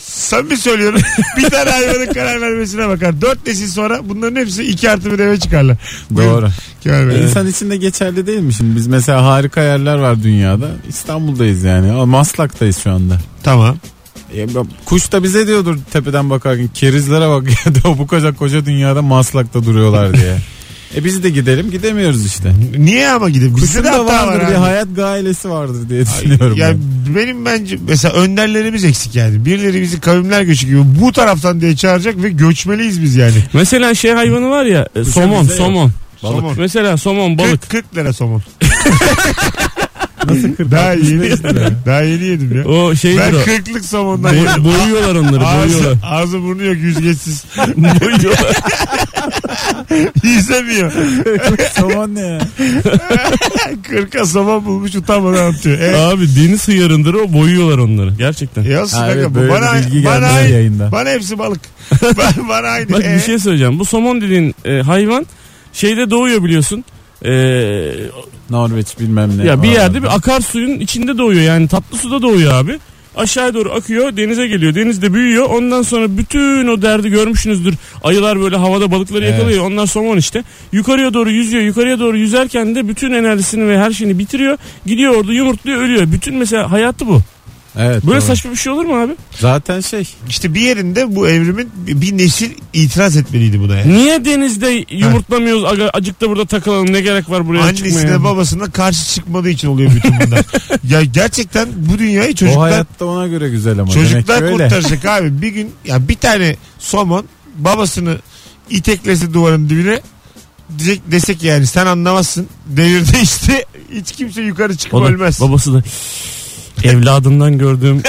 [SPEAKER 2] samimi söylüyorum. bir tane hayvanın karar vermesine bakar. Dört nesil sonra bunların hepsi iki artı bir eve çıkarlar. Buyurun.
[SPEAKER 3] Doğru. Ee,
[SPEAKER 2] Kemal Bey.
[SPEAKER 3] İnsan için de geçerli değil mi şimdi? Biz mesela harika yerler var dünyada. İstanbul'dayız yani. Ama Maslak'tayız şu anda.
[SPEAKER 2] Tamam.
[SPEAKER 3] E, bu- Kuş da bize diyordur tepeden bakarken. Kerizlere bak ya da bu koca koca dünyada Maslak'ta duruyorlar diye. e biz de gidelim gidemiyoruz işte.
[SPEAKER 2] Niye ama gidip?
[SPEAKER 3] Kuşun
[SPEAKER 2] Bizde de
[SPEAKER 3] da
[SPEAKER 2] hata var
[SPEAKER 3] vardır bir
[SPEAKER 2] abi.
[SPEAKER 3] hayat gailesi vardır diye düşünüyorum.
[SPEAKER 2] Ya
[SPEAKER 3] ben.
[SPEAKER 2] benim bence mesela önderlerimiz eksik yani. Birileri bizi kavimler göçü gibi bu taraftan diye çağıracak ve göçmeliyiz biz yani.
[SPEAKER 4] mesela şey hayvanı var ya e, somon
[SPEAKER 3] bize yok.
[SPEAKER 4] somon.
[SPEAKER 2] Somon.
[SPEAKER 4] Mesela somon balık.
[SPEAKER 2] 40, 40 lira somon. daha yeni daha yeni yedim ya.
[SPEAKER 4] O şeydir
[SPEAKER 2] Ben
[SPEAKER 4] o.
[SPEAKER 2] 40'lık somondan
[SPEAKER 4] Boy-
[SPEAKER 2] yedim.
[SPEAKER 4] boyuyorlar onları boyuyorlar.
[SPEAKER 2] Ağzı, ağzı burnu yok yüzgeçsiz.
[SPEAKER 4] boyuyorlar.
[SPEAKER 2] Yüzemiyor.
[SPEAKER 3] Somon ne ya?
[SPEAKER 2] 40'a somon bulmuş utanmadan atıyor. Evet. E
[SPEAKER 4] Abi deniz hıyarındır o boyuyorlar onları. Gerçekten.
[SPEAKER 2] Ya sıra
[SPEAKER 3] evet,
[SPEAKER 2] kapı.
[SPEAKER 3] böyle
[SPEAKER 2] bana,
[SPEAKER 3] bir bilgi
[SPEAKER 2] bana,
[SPEAKER 3] geldi
[SPEAKER 2] aynı-
[SPEAKER 3] yayında.
[SPEAKER 2] bana hepsi balık. bana, bana aynı.
[SPEAKER 4] Bak
[SPEAKER 2] Ee?
[SPEAKER 4] bir şey söyleyeceğim. Bu somon dediğin e, hayvan şeyde doğuyor biliyorsun. E,
[SPEAKER 3] Norveç bilmem ne.
[SPEAKER 4] ya bir
[SPEAKER 3] Var.
[SPEAKER 4] yerde bir akarsuyun içinde doğuyor yani tatlı suda doğuyor abi. Aşağıya doğru akıyor denize geliyor denizde büyüyor ondan sonra bütün o derdi görmüşsünüzdür ayılar böyle havada balıkları
[SPEAKER 3] Evet.
[SPEAKER 4] yakalıyor onlar somon işte yukarıya doğru yüzüyor yukarıya doğru yüzerken de bütün enerjisini ve her şeyini bitiriyor gidiyor orada yumurtluyor ölüyor bütün mesela hayatı bu
[SPEAKER 3] Evet,
[SPEAKER 4] böyle
[SPEAKER 3] doğru.
[SPEAKER 4] saçma bir şey olur mu abi
[SPEAKER 3] Zaten şey.
[SPEAKER 2] İşte bir yerinde bu evrimin bir bir nesil itiraz etmeliydi buna yani.
[SPEAKER 4] niye denizde yumurtlamıyoruz aga, acık da burada takılalım ne gerek var buraya çıkmaya
[SPEAKER 2] annesine babasına karşı çıkmadığı için oluyor bütün bunlar. ya gerçekten bu dünyayı
[SPEAKER 3] O
[SPEAKER 2] çocuklar
[SPEAKER 3] hayat da ona göre güzel ama.
[SPEAKER 2] çocuklar
[SPEAKER 3] Demek ki öyle.
[SPEAKER 2] kurtaracak abi. Bir gün ya bir tane somon babasını iteklese duvarın dibine diyecek desek yani sen anlamazsın. Devirde işte hiç kimse yukarı çıkıp
[SPEAKER 4] O da-
[SPEAKER 2] ölmez.
[SPEAKER 4] Babası da evladından gördüğüm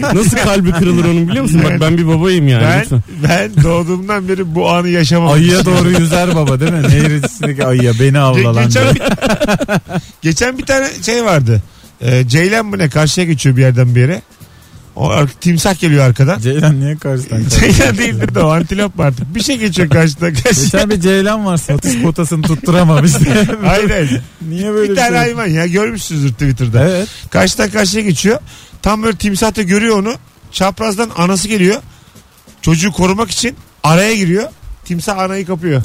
[SPEAKER 4] nasıl kalbi kırılır onun biliyor musun? Bak ben bir babayım yani
[SPEAKER 2] ben
[SPEAKER 4] lütfen.
[SPEAKER 2] ben doğduğumdan beri bu anı yaşamadım.
[SPEAKER 3] Ayıya doğru yüzer baba değil mi? Nehir içindeki ayıya beni
[SPEAKER 2] Ge-
[SPEAKER 3] avla lan. diye.
[SPEAKER 2] geçen, bir, geçen bir tane şey vardı. Ee, Ceylan mı ne karşıya geçiyor bir yerden bir yere. O ar- timsah geliyor arkadan.
[SPEAKER 3] Ceylan niye karşıdan
[SPEAKER 2] Ceylan değildir de o antilop mu artık? Bir şey geçiyor karşıdan karşıya.
[SPEAKER 3] Geçen bir ceylan var satış kotasını tutturamamış diye.
[SPEAKER 2] Hayır hayır.
[SPEAKER 3] Niye böyle
[SPEAKER 2] Bir
[SPEAKER 3] bir,
[SPEAKER 2] tane
[SPEAKER 3] şey?
[SPEAKER 2] hayvan ya görmüşsünüzdür Twitter'da.
[SPEAKER 3] Evet.
[SPEAKER 2] Karşıdan karşıya geçiyor. Tam böyle timsah da görüyor onu. Çaprazdan anası geliyor. Çocuğu korumak için araya giriyor. Timsah anayı kapıyor.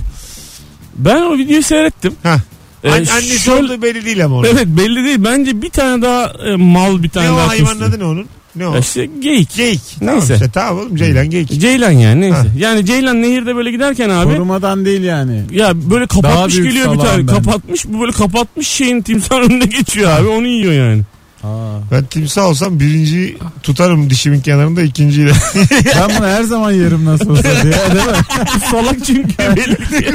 [SPEAKER 4] Ben o videoyu seyrettim.
[SPEAKER 2] Heh.
[SPEAKER 4] Ee,
[SPEAKER 2] An- annesi
[SPEAKER 4] şöyle-
[SPEAKER 2] olduğu belli değil ama onun.
[SPEAKER 4] Evet belli değil. Bence bir tane daha e, mal bir tane
[SPEAKER 2] ne o
[SPEAKER 4] daha
[SPEAKER 2] hayvanın
[SPEAKER 4] kustu.
[SPEAKER 2] adı ne onun? Ne o?
[SPEAKER 4] Ya işte geyik.
[SPEAKER 2] Geyik. Tamam
[SPEAKER 4] E, Neyse.
[SPEAKER 2] işte tamam oğlum Ceylan geyik.
[SPEAKER 4] Ceylan yani neyse.
[SPEAKER 2] Ha.
[SPEAKER 4] Yani Ceylan nehirde böyle giderken abi
[SPEAKER 3] Korumadan değil yani.
[SPEAKER 4] ya böyle kapatmış
[SPEAKER 3] büyük
[SPEAKER 4] geliyor bir
[SPEAKER 3] salağım
[SPEAKER 4] tane.
[SPEAKER 3] ben.
[SPEAKER 4] Kapatmış bu böyle kapatmış şeyin timsahın önüne geçiyor abi onu yiyor yani.
[SPEAKER 3] Aa.
[SPEAKER 2] Ben timsah olsam birinciyi tutarım dişimin kenarında ikinciyle.
[SPEAKER 3] Ben bunu her zaman yerim nasıl olsa diye değil mi?
[SPEAKER 4] Salak çünkü.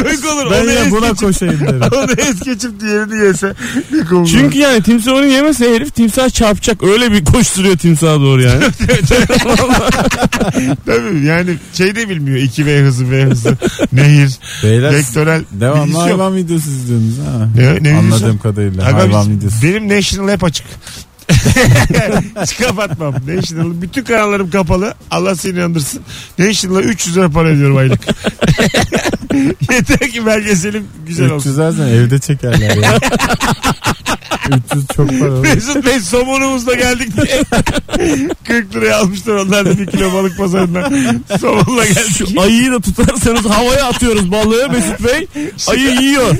[SPEAKER 2] Komik olur.
[SPEAKER 3] Ben
[SPEAKER 2] onu
[SPEAKER 3] yine
[SPEAKER 2] es,
[SPEAKER 3] buna koşayım derim.
[SPEAKER 2] onu es geçip diğerini yese. Ne komik
[SPEAKER 4] Çünkü yani timsah onu yemese herif timsah çarpacak. Öyle bir koşturuyor timsaha doğru yani.
[SPEAKER 2] Tabii yani şey de bilmiyor 2V hızı V hızı nehir
[SPEAKER 3] Beyler
[SPEAKER 2] vektörel
[SPEAKER 3] devamlı
[SPEAKER 2] bilgisi yok.
[SPEAKER 3] hayvan videosu izliyorsunuz ha.
[SPEAKER 2] Ne, ne
[SPEAKER 3] Anladığım
[SPEAKER 2] videosu?
[SPEAKER 3] kadarıyla
[SPEAKER 2] Aga biz-
[SPEAKER 3] hayvan videosu.
[SPEAKER 2] Benim National hep açık. Hiç kapatmam. National bütün kanallarım kapalı. Allah seni inandırsın. National'a 300 lira para ödüyorum aylık. Yeter ki belgeselim güzel olsun.
[SPEAKER 3] 300 zaten evde çekerler ya. 300 çok para olur.
[SPEAKER 2] Mesut Bey somonumuzla geldik diye. 40 liraya almışlar onlar da bir kilo balık pazarından. Somonla geldik.
[SPEAKER 4] Şu ayıyı da tutarsanız havaya atıyoruz balığı Mesut Bey. Ayı yiyor.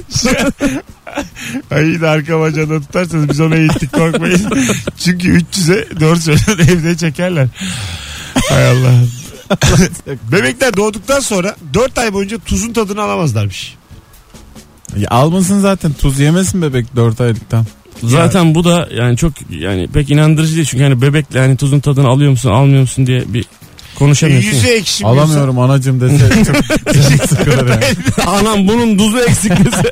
[SPEAKER 2] Ayı da arka bacağından tutarsanız biz ona eğittik korkmayın. Çünkü 300'e 4 sene evde çekerler. Hay Allah. Bebekler doğduktan sonra 4 ay boyunca tuzun tadını alamazlarmış.
[SPEAKER 3] Ya almasın zaten tuz yemesin bebek 4 aylıktan.
[SPEAKER 4] Zaten bu da yani çok yani pek inandırıcı değil. Çünkü hani bebekle hani tuzun tadını alıyor musun almıyor musun diye bir konuşamıyorsun.
[SPEAKER 2] Yüzü ekşimiyorsa.
[SPEAKER 3] Alamıyorum anacım dese çok canım sıkılır yani.
[SPEAKER 4] Anam bunun tuzu eksik dese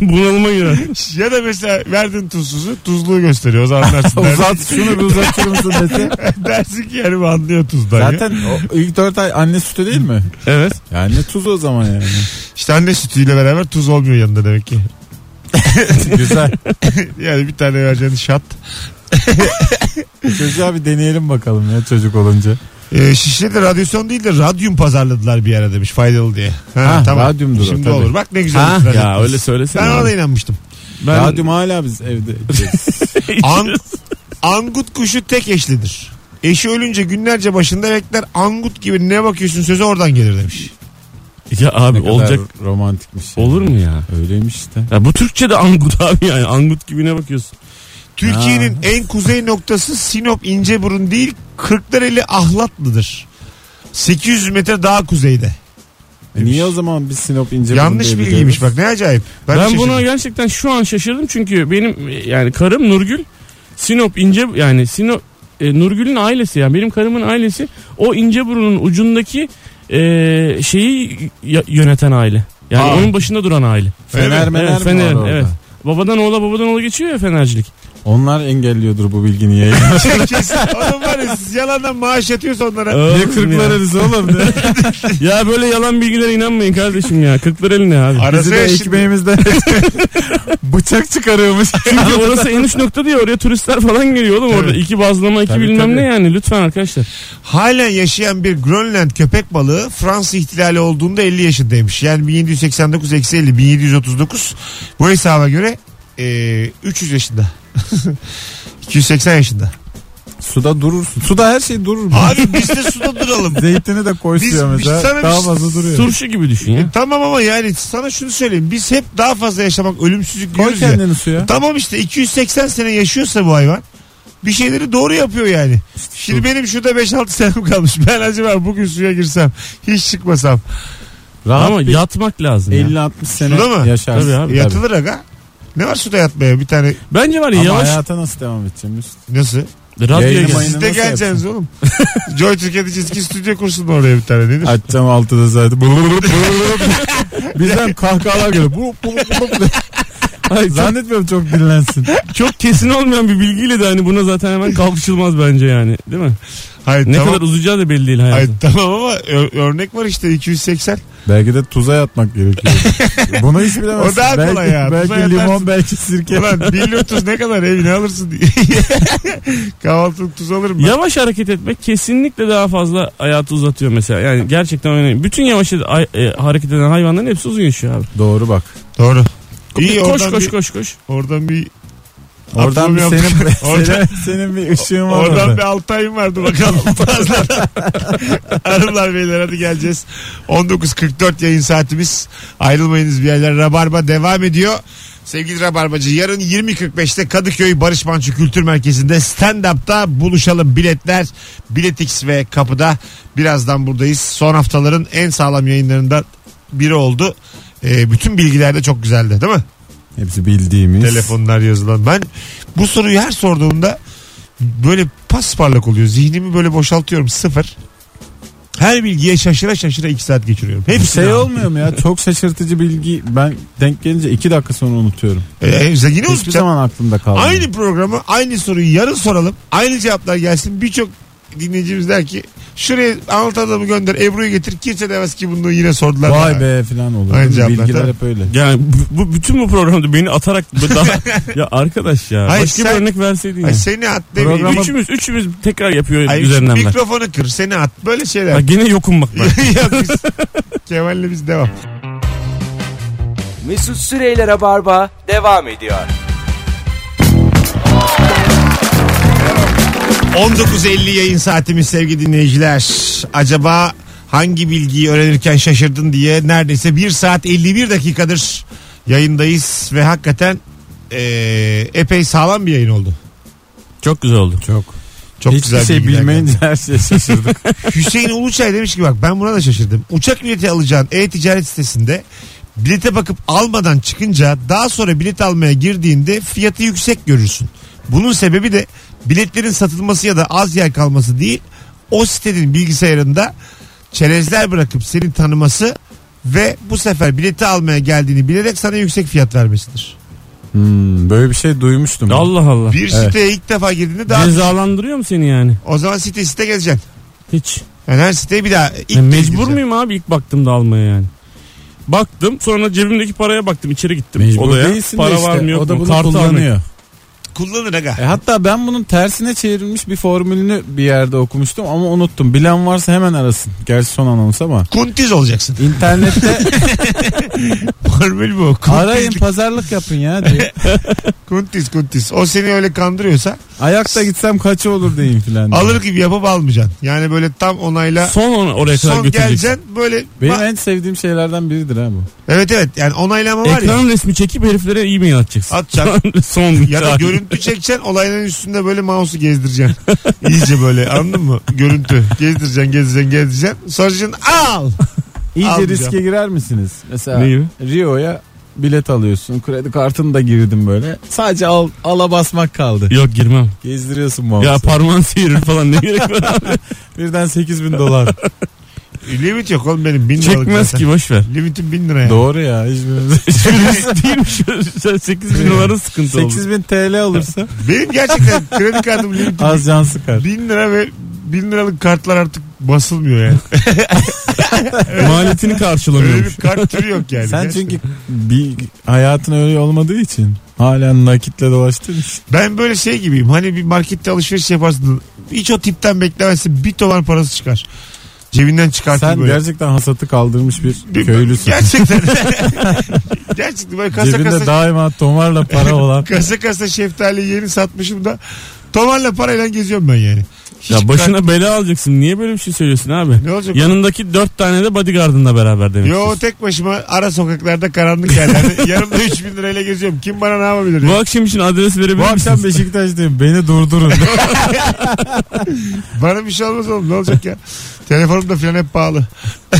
[SPEAKER 4] bunalıma girer.
[SPEAKER 2] Ya da mesela verdin tuzsuzu tuzluğu gösteriyor. O zaman anlarsın. dersin,
[SPEAKER 3] Uzat şunu bir uzatır mısın dese.
[SPEAKER 2] dersin ki yani bu anlıyor tuzdan ya.
[SPEAKER 3] Zaten o ilk 4 ay anne sütü değil mi?
[SPEAKER 4] Evet.
[SPEAKER 3] Yani ne tuz o zaman yani.
[SPEAKER 2] İşte anne sütüyle beraber tuz olmuyor yanında demek ki.
[SPEAKER 3] Güzel.
[SPEAKER 2] Yani bir tane vereceğin şat.
[SPEAKER 3] Çocuğa bir deneyelim bakalım ya çocuk olunca.
[SPEAKER 2] Ee, şişede radyasyon değil de radyum pazarladılar bir ara demiş faydalı diye. Ha,
[SPEAKER 3] Ha, radyumdur o,
[SPEAKER 2] Şimdi
[SPEAKER 3] tabii.
[SPEAKER 2] olur. Bak ne güzel.
[SPEAKER 4] Ha,
[SPEAKER 2] itiraz
[SPEAKER 4] ya
[SPEAKER 2] ettiniz.
[SPEAKER 4] öyle söylesene.
[SPEAKER 2] Ben ona da
[SPEAKER 4] abi.
[SPEAKER 2] inanmıştım.
[SPEAKER 4] Ben-
[SPEAKER 3] Radyum hala biz evde.
[SPEAKER 2] An- angut kuşu tek eşlidir. Eşi ölünce günlerce başında bekler angut gibi ne bakıyorsun sözü oradan gelir demiş.
[SPEAKER 4] Ya abi
[SPEAKER 3] Ne kadar
[SPEAKER 4] olacak
[SPEAKER 3] romantikmiş.
[SPEAKER 4] olur mu ya?
[SPEAKER 3] Öyleymiş işte. E
[SPEAKER 4] Ya bu Türkçe'de angut abi yani angut gibi ne bakıyorsun?
[SPEAKER 2] Türkiye'nin en kuzey noktası Sinop İnceburun değil Kırklareli Ahlatlı'dır. 800 metre daha kuzeyde.
[SPEAKER 3] E niye o zaman biz Sinop ince
[SPEAKER 2] Yanlış
[SPEAKER 3] burun diye
[SPEAKER 2] bilgiymiş bak
[SPEAKER 3] biliyoruz?
[SPEAKER 2] ne acayip. Ben,
[SPEAKER 4] Ben,
[SPEAKER 2] de
[SPEAKER 4] buna
[SPEAKER 2] şaşırdım.
[SPEAKER 4] gerçekten şu an şaşırdım çünkü benim e, yani karım Nurgül Sinop ince yani Sinop e, Nurgül'ün ailesi yani benim karımın ailesi o İnceburun'un ucundaki e, şeyi y- yöneten aile. Yani
[SPEAKER 2] Aa.
[SPEAKER 4] onun başında duran aile.
[SPEAKER 3] Fener
[SPEAKER 2] Evet,
[SPEAKER 3] mener
[SPEAKER 4] evet,
[SPEAKER 3] mi var
[SPEAKER 4] Fener'in,
[SPEAKER 3] orada?
[SPEAKER 4] evet. Babadan oğla babadan oğla geçiyor ya fenercilik.
[SPEAKER 3] Onlar engelliyordur bu bilgini yayınlamayı.
[SPEAKER 2] Kesin. Oğlum var ya siz yalandan maaş yatıyorsa onlara.
[SPEAKER 4] Oğlum
[SPEAKER 3] Niye
[SPEAKER 4] ya.
[SPEAKER 3] kırklar arası oğlum? Ne?
[SPEAKER 4] ya böyle yalan bilgilere inanmayın kardeşim ya. Kırklar eline abi.
[SPEAKER 3] Bizi
[SPEAKER 2] Arası
[SPEAKER 3] de
[SPEAKER 2] ya şimdi.
[SPEAKER 3] ekmeğimizden bıçak çıkarıyormuş.
[SPEAKER 4] Çünkü orası en uç nokta diye oraya turistler falan geliyor oğlum orada.
[SPEAKER 2] Evet.
[SPEAKER 4] iki bazlama iki
[SPEAKER 3] Tabii,
[SPEAKER 4] bilmem
[SPEAKER 3] tabii.
[SPEAKER 4] ne yani lütfen arkadaşlar.
[SPEAKER 2] Halen yaşayan bir Grönland köpek balığı Fransız ihtilali olduğunda 50 yaşındaymış. Yani 1789 eksi 50 1739 bu hesaba göre e, 300 yaşında. 280 yaşında.
[SPEAKER 3] Suda durursun. Suda her şey durur.
[SPEAKER 2] Abi biz de suda duralım.
[SPEAKER 3] Zeytini de koy
[SPEAKER 2] Biz-
[SPEAKER 3] suya
[SPEAKER 2] biz
[SPEAKER 3] mesela.
[SPEAKER 2] sana
[SPEAKER 3] Daha
[SPEAKER 2] bir-
[SPEAKER 3] fazla duruyor.
[SPEAKER 4] Turşu gibi düşün ya.
[SPEAKER 2] tamam ama yani sana şunu söyleyeyim. Biz hep daha fazla yaşamak ölümsüzlük
[SPEAKER 3] koy
[SPEAKER 2] diyoruz ya.
[SPEAKER 3] kendini suya.
[SPEAKER 2] Tamam işte 280 sene yaşıyorsa bu hayvan bir şeyleri doğru yapıyor yani. Şimdi benim şurada 5-6 senem kalmış. Ben acaba bugün suya girsem hiç çıkmasam.
[SPEAKER 3] Rahat
[SPEAKER 4] Ama
[SPEAKER 3] bir
[SPEAKER 4] yatmak lazım ya.
[SPEAKER 3] 50-60 sene
[SPEAKER 2] Suda mı?
[SPEAKER 3] yaşarsın.
[SPEAKER 4] Tabii abi.
[SPEAKER 2] Yatılır aga. Ne var suda yatmaya bir tane
[SPEAKER 4] Bence var ya
[SPEAKER 3] Ama
[SPEAKER 4] yavaş
[SPEAKER 3] hayata nasıl devam edeceğim Mesut?
[SPEAKER 2] nasıl?
[SPEAKER 4] radyoya
[SPEAKER 3] Yayını
[SPEAKER 4] gel.
[SPEAKER 3] mayını-
[SPEAKER 2] Siz de
[SPEAKER 3] nasıl
[SPEAKER 2] geleceksiniz oğlum. Joy Türkiye'de çizgi stüdyo kursun oraya bir tane nedir?
[SPEAKER 3] Açacağım altıda zaten. Bulup bulup bulup bulup. Bizden kahkahalar geliyor. Bulup bulup bulup.
[SPEAKER 4] Hayır, çok,
[SPEAKER 3] Zannetmiyorum çok dinlensin.
[SPEAKER 4] çok kesin olmayan bir bilgiyle de hani buna zaten hemen kalkışılmaz bence yani. Değil mi?
[SPEAKER 2] Hayır
[SPEAKER 4] Ne
[SPEAKER 2] tamam.
[SPEAKER 4] kadar uzayacağı da belli değil
[SPEAKER 2] Hayır,
[SPEAKER 4] hayatın.
[SPEAKER 2] tamam ama ö- örnek var işte 280.
[SPEAKER 3] Belki de tuza yatmak gerekiyor. Bunu hiç bilemezsin.
[SPEAKER 2] O daha kolay
[SPEAKER 3] belki,
[SPEAKER 2] ya.
[SPEAKER 3] Belki
[SPEAKER 2] Tuza
[SPEAKER 3] limon
[SPEAKER 2] yatarsın.
[SPEAKER 3] belki sirke.
[SPEAKER 2] Ulan 1300 ne kadar evine alırsın diye. Kahvaltılık tuz alırım ben.
[SPEAKER 4] Yavaş hareket etmek kesinlikle daha fazla hayatı uzatıyor mesela. Yani gerçekten önemli. Bütün yavaş ay- e, hareket eden hayvanların hepsi uzun yaşıyor abi.
[SPEAKER 3] Doğru bak.
[SPEAKER 2] Doğru.
[SPEAKER 4] Koş
[SPEAKER 2] oradan
[SPEAKER 4] koş
[SPEAKER 2] bir,
[SPEAKER 4] koş koş.
[SPEAKER 2] Oradan bir
[SPEAKER 3] Oradan bir
[SPEAKER 2] Aklım
[SPEAKER 3] senin,
[SPEAKER 2] yok. Oradan-
[SPEAKER 3] senin, senin bir ışığın var
[SPEAKER 2] Oradan
[SPEAKER 3] orada.
[SPEAKER 2] bir 6 ayım vardı bakalım. Fazladan. Hanımlar beyler hadi geleceğiz. 19.44 yayın saatimiz. Ayrılmayınız bir yerler. Rabarba devam ediyor. Sevgili Rabarbacı yarın 20.45'te Kadıköy Barış Manço Kültür Merkezi'nde stand-up'ta buluşalım. Biletler Biletix ve kapıda birazdan buradayız. Son haftaların en sağlam yayınlarından biri oldu. Ee, bütün bilgiler de çok güzeldi değil mi?
[SPEAKER 3] Hepsi bildiğimiz.
[SPEAKER 2] telefonlar yazılan. Ben bu soruyu her sorduğumda böyle pasparlak oluyor. Zihnimi böyle boşaltıyorum sıfır. Her bilgiye şaşıra şaşıra iki saat geçiriyorum.
[SPEAKER 3] Bir
[SPEAKER 2] Hepsi
[SPEAKER 3] şey olmuyor mu ya? Çok şaşırtıcı bilgi. Ben denk gelince iki dakika sonra unutuyorum.
[SPEAKER 2] E, yine
[SPEAKER 3] Hiçbir
[SPEAKER 2] unutacağım.
[SPEAKER 3] zaman aklımda kalmıyor.
[SPEAKER 2] Aynı programı aynı soruyu yarın soralım. Aynı cevaplar gelsin. Birçok dinleyicimiz der ki şuraya anlatan adamı gönder Ebru'yu getir. Kimse demez ki bunu yine sordular.
[SPEAKER 3] Vay
[SPEAKER 2] bana.
[SPEAKER 3] be falan olur.
[SPEAKER 2] Aynı
[SPEAKER 3] Değil mi?
[SPEAKER 2] cevaplar,
[SPEAKER 3] Bilgiler
[SPEAKER 2] tabii.
[SPEAKER 3] hep öyle.
[SPEAKER 4] Yani bu, bu- bütün bu programda beni atarak bu daha ya arkadaş ya
[SPEAKER 2] Hayır,
[SPEAKER 4] başka
[SPEAKER 2] sen-
[SPEAKER 4] bir örnek verseydin ya.
[SPEAKER 2] Ay seni at demeyin.
[SPEAKER 3] Programa-
[SPEAKER 4] Üçümüz üçümüz tekrar yapıyor
[SPEAKER 2] Ay,
[SPEAKER 4] üzerinden ben.
[SPEAKER 2] mikrofonu kır seni at. Böyle şeyler.
[SPEAKER 4] Ha, gene yokum bak ben.
[SPEAKER 2] Ya biz- Kemal'le biz devam.
[SPEAKER 1] Mesut Süreyler'e barba devam ediyor.
[SPEAKER 2] 19.50 yayın saatimiz sevgili dinleyiciler. Acaba hangi bilgiyi öğrenirken şaşırdın diye neredeyse 1 saat 51 dakikadır yayındayız ve hakikaten eee, epey sağlam bir yayın oldu.
[SPEAKER 4] Çok güzel oldu. Çok.
[SPEAKER 2] Çok
[SPEAKER 3] Hiçbir
[SPEAKER 2] güzel
[SPEAKER 3] şey
[SPEAKER 2] bilgiler
[SPEAKER 3] bilmeyince
[SPEAKER 2] geldi.
[SPEAKER 3] her şeye şaşırdık.
[SPEAKER 2] Hüseyin Uluçay demiş ki bak ben buna da şaşırdım. Uçak bileti alacağın e-ticaret sitesinde bilete bakıp almadan çıkınca daha sonra bilet almaya girdiğinde fiyatı yüksek görürsün. Bunun sebebi de biletlerin satılması ya da az yer kalması değil o sitenin bilgisayarında çerezler bırakıp seni tanıması ve bu sefer bileti almaya geldiğini bilerek sana yüksek fiyat vermesidir.
[SPEAKER 3] Hmm, böyle bir şey duymuştum.
[SPEAKER 4] Allah Allah.
[SPEAKER 2] Bir
[SPEAKER 3] Evet.
[SPEAKER 2] siteye ilk defa girdiğinde daha
[SPEAKER 4] Cezalandırıyor mu seni yani?
[SPEAKER 2] o zaman site site gezeceksin.
[SPEAKER 4] Hiç.
[SPEAKER 2] Yani her siteye bir daha ilk
[SPEAKER 4] Ya
[SPEAKER 2] kez
[SPEAKER 4] mecbur
[SPEAKER 2] gireceksin.
[SPEAKER 4] muyum abi ilk baktığımda almaya yani? Baktım sonra cebimdeki paraya baktım içeri gittim
[SPEAKER 3] Mecbur
[SPEAKER 4] odaya.
[SPEAKER 3] değilsin de
[SPEAKER 4] Para
[SPEAKER 3] işte.
[SPEAKER 4] var mı yok
[SPEAKER 3] o da
[SPEAKER 4] mu?
[SPEAKER 3] bunu
[SPEAKER 4] Kartı almıyor.
[SPEAKER 3] kullanıyor.
[SPEAKER 2] Kullanır aga.
[SPEAKER 3] E, hatta ben bunun tersine çevrilmiş bir formülünü bir yerde okumuştum ama unuttum. Bilen varsa hemen arasın. Gerçi son anons ama.
[SPEAKER 2] Kuntiz olacaksın.
[SPEAKER 3] İnternette
[SPEAKER 2] Formül bu. Kuntiz,
[SPEAKER 3] arayın pazarlık yapın ya diye.
[SPEAKER 2] Kuntiz kuntiz. O seni öyle kandırıyorsa
[SPEAKER 3] Ayakta gitsem kaçı olur deyin filan. diye.
[SPEAKER 2] alır gibi yapıp almayacaksın. Yani böyle tam onayla
[SPEAKER 4] Son onu oraya kadar
[SPEAKER 2] son
[SPEAKER 4] götüreceksin. e-
[SPEAKER 2] geleceksin böyle.
[SPEAKER 3] Benim
[SPEAKER 2] Ba-
[SPEAKER 3] en sevdiğim şeylerden biridir ha bu.
[SPEAKER 2] Evet evet yani onaylama var
[SPEAKER 4] Ekran
[SPEAKER 2] ya.
[SPEAKER 4] resmi çekip heriflere e-mail atacaksın.
[SPEAKER 2] Atacaksın.
[SPEAKER 4] son
[SPEAKER 2] Ya da
[SPEAKER 4] çağrı.
[SPEAKER 2] görüntü çekeceksin olayların üstünde böyle mouse'u gezdireceksin. İyice böyle anladın mı? Görüntü. Gezdireceksin gezdireceksin gezdireceksin. Soracaksın al.
[SPEAKER 3] İyice
[SPEAKER 2] Almayacağım.
[SPEAKER 3] riske girer misiniz? Mesela
[SPEAKER 4] Neyi?
[SPEAKER 3] Rio'ya bilet alıyorsun. Kredi kartını da girdim böyle. Sadece al, ala basmak kaldı.
[SPEAKER 4] Yok girmem.
[SPEAKER 3] Gezdiriyorsun
[SPEAKER 4] Ya
[SPEAKER 3] mouse'u.
[SPEAKER 4] parmağın sıyırır falan ne gerek var abi?
[SPEAKER 3] Birden 8 bin dolar.
[SPEAKER 2] Limit yok oğlum benim bin liralık
[SPEAKER 4] Çekmez
[SPEAKER 2] zaten.
[SPEAKER 4] ki boş ver.
[SPEAKER 2] Limitim bin lira yani.
[SPEAKER 3] Doğru ya. Hiçbirimiz...
[SPEAKER 4] Değilmiş. 8 bin doların sıkıntı oldu.
[SPEAKER 3] 8 bin TL olursa
[SPEAKER 2] Benim gerçekten kredi kartım limitim
[SPEAKER 3] az can sıkar.
[SPEAKER 2] bin lira ve bin liralık kartlar artık basılmıyor yani.
[SPEAKER 4] Maliyetini
[SPEAKER 2] Öyle bir
[SPEAKER 4] karşılamıyormuş.
[SPEAKER 2] kart türü yok yani.
[SPEAKER 3] Sen
[SPEAKER 2] Gerçekten.
[SPEAKER 3] çünkü bir hayatın öyle olmadığı için hala nakitle dolaştığın için.
[SPEAKER 2] Ben böyle şey gibiyim. Hani bir markette alışveriş yaparsın. Hiç o tipten beklemezsin. Bir dolar parası çıkar. Cebinden çıkartır
[SPEAKER 3] Sen
[SPEAKER 2] böyle.
[SPEAKER 3] gerçekten hasatı kaldırmış bir
[SPEAKER 2] Bir-
[SPEAKER 3] köylüsün.
[SPEAKER 2] Gerçekten. gerçekten böyle kasa
[SPEAKER 3] Cebinde
[SPEAKER 2] kasa,
[SPEAKER 3] daima tomarla para olan.
[SPEAKER 2] kasa kasa şeftali yeni satmışım da tomarla parayla geziyorum ben yani. Hiç
[SPEAKER 4] Ya
[SPEAKER 2] kart-
[SPEAKER 4] başına bela alacaksın. Niye böyle bir şey söylüyorsun abi?
[SPEAKER 2] Ne olacak?
[SPEAKER 4] Yanındaki dört tane de bodyguardınla beraber demek.
[SPEAKER 2] Yo tek başıma ara sokaklarda karanlık yerlerde yanımda 3000 lirayla geziyorum. Kim bana ne yapabilir?
[SPEAKER 4] Bu
[SPEAKER 2] ya?
[SPEAKER 4] akşam için adres verebilir
[SPEAKER 3] Bu
[SPEAKER 4] misin?
[SPEAKER 3] akşam Beşiktaş'tayım beni durdurun.
[SPEAKER 2] Bana bir şey olmaz oğlum ne olacak ya? Telefonum da falan hep pahalı.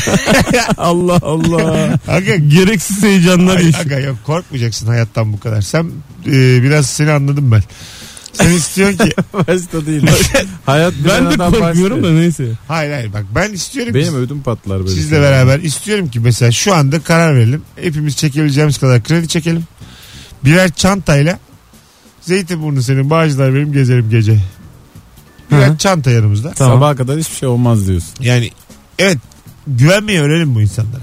[SPEAKER 4] Allah Allah.
[SPEAKER 2] Aga
[SPEAKER 4] Gereksiz heyecanlar
[SPEAKER 2] Ay,
[SPEAKER 4] yaşıyor.
[SPEAKER 2] aga yok korkmayacaksın hayattan bu kadar. Sen e, biraz seni anladım ben. Sen istiyorsun ki
[SPEAKER 3] Başta değil. Hayat bir
[SPEAKER 4] Ben de
[SPEAKER 3] yerden
[SPEAKER 4] korkmuyorum da
[SPEAKER 3] başlıyor.
[SPEAKER 4] neyse.
[SPEAKER 2] hayır hayır bak ben istiyorum
[SPEAKER 3] Benim
[SPEAKER 2] ki
[SPEAKER 3] ödüm patlar böyle.
[SPEAKER 2] sizle beraber istiyorum ki mesela şu anda karar verelim. Hepimiz çekebileceğimiz kadar kredi çekelim. Birer çantayla Zeytinburnu senin bağcılar benim gezelim gece. Birer
[SPEAKER 4] Hı.
[SPEAKER 2] çanta yanımızda.
[SPEAKER 4] Tamam.
[SPEAKER 3] Sabaha kadar hiçbir şey olmaz diyorsun.
[SPEAKER 2] Yani evet güvenmeyi öğrenelim bu insanlara.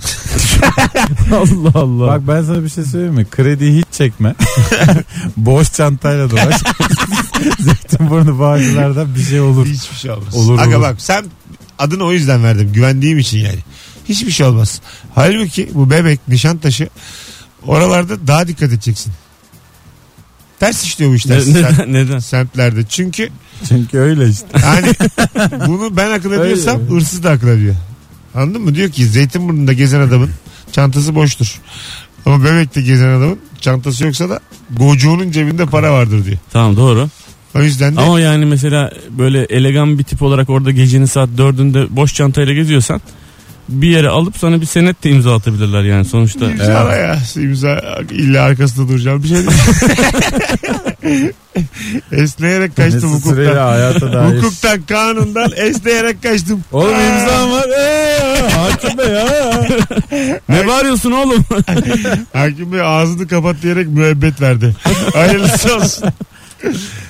[SPEAKER 4] Allah Allah.
[SPEAKER 3] Bak ben sana bir şey söyleyeyim mi? Kredi hiç çekme. Boş çantayla dolaş. Zeytinburnu bağcılarda bir şey olur.
[SPEAKER 2] Hiçbir şey olmaz.
[SPEAKER 3] Olur,
[SPEAKER 2] Aga
[SPEAKER 3] olur.
[SPEAKER 2] bak sen adını o yüzden verdim. Güvendiğim için yani. Hiçbir şey olmaz. Halbuki bu bebek, nişantaşı oralarda daha dikkat edeceksin. Ters işliyor bu işler
[SPEAKER 4] Ne-
[SPEAKER 2] sen-
[SPEAKER 4] neden, neden?
[SPEAKER 2] semtlerde. Çünkü
[SPEAKER 3] Çünkü öyle işte.
[SPEAKER 2] hani bunu ben akıl ediyorsam
[SPEAKER 3] Öyle.
[SPEAKER 2] hırsız da akıl ediyor. Anladın mı? Diyor ki Zeytinburnu'nda gezen adamın çantası boştur. Ama Bebek'te gezen adamın çantası yoksa da gocuğunun cebinde para vardır diyor.
[SPEAKER 4] Tamam doğru.
[SPEAKER 2] O yüzden de
[SPEAKER 4] Ama yani mesela böyle elegan bir tip olarak orada gecenin saat dördünde boş çantayla geziyorsan bir yere alıp sana bir senet de imzalatabilirler yani sonuçta.
[SPEAKER 2] İmzala ya. İmza illa arkasında duracağım bir şey değil. Esneyerek kaçtım
[SPEAKER 3] Mesut Süreyle
[SPEAKER 2] hukuktan.
[SPEAKER 3] hayata dair.
[SPEAKER 2] Hukuktan, kanundan esneyerek kaçtım.
[SPEAKER 3] Oğlum
[SPEAKER 2] Aa,
[SPEAKER 3] imzam var. Ee, hakim bey ya.
[SPEAKER 4] Ne bağırıyorsun oğlum?
[SPEAKER 2] Hakim Bey ağzını kapat diyerek müebbet verdi. Hayırlısı olsun.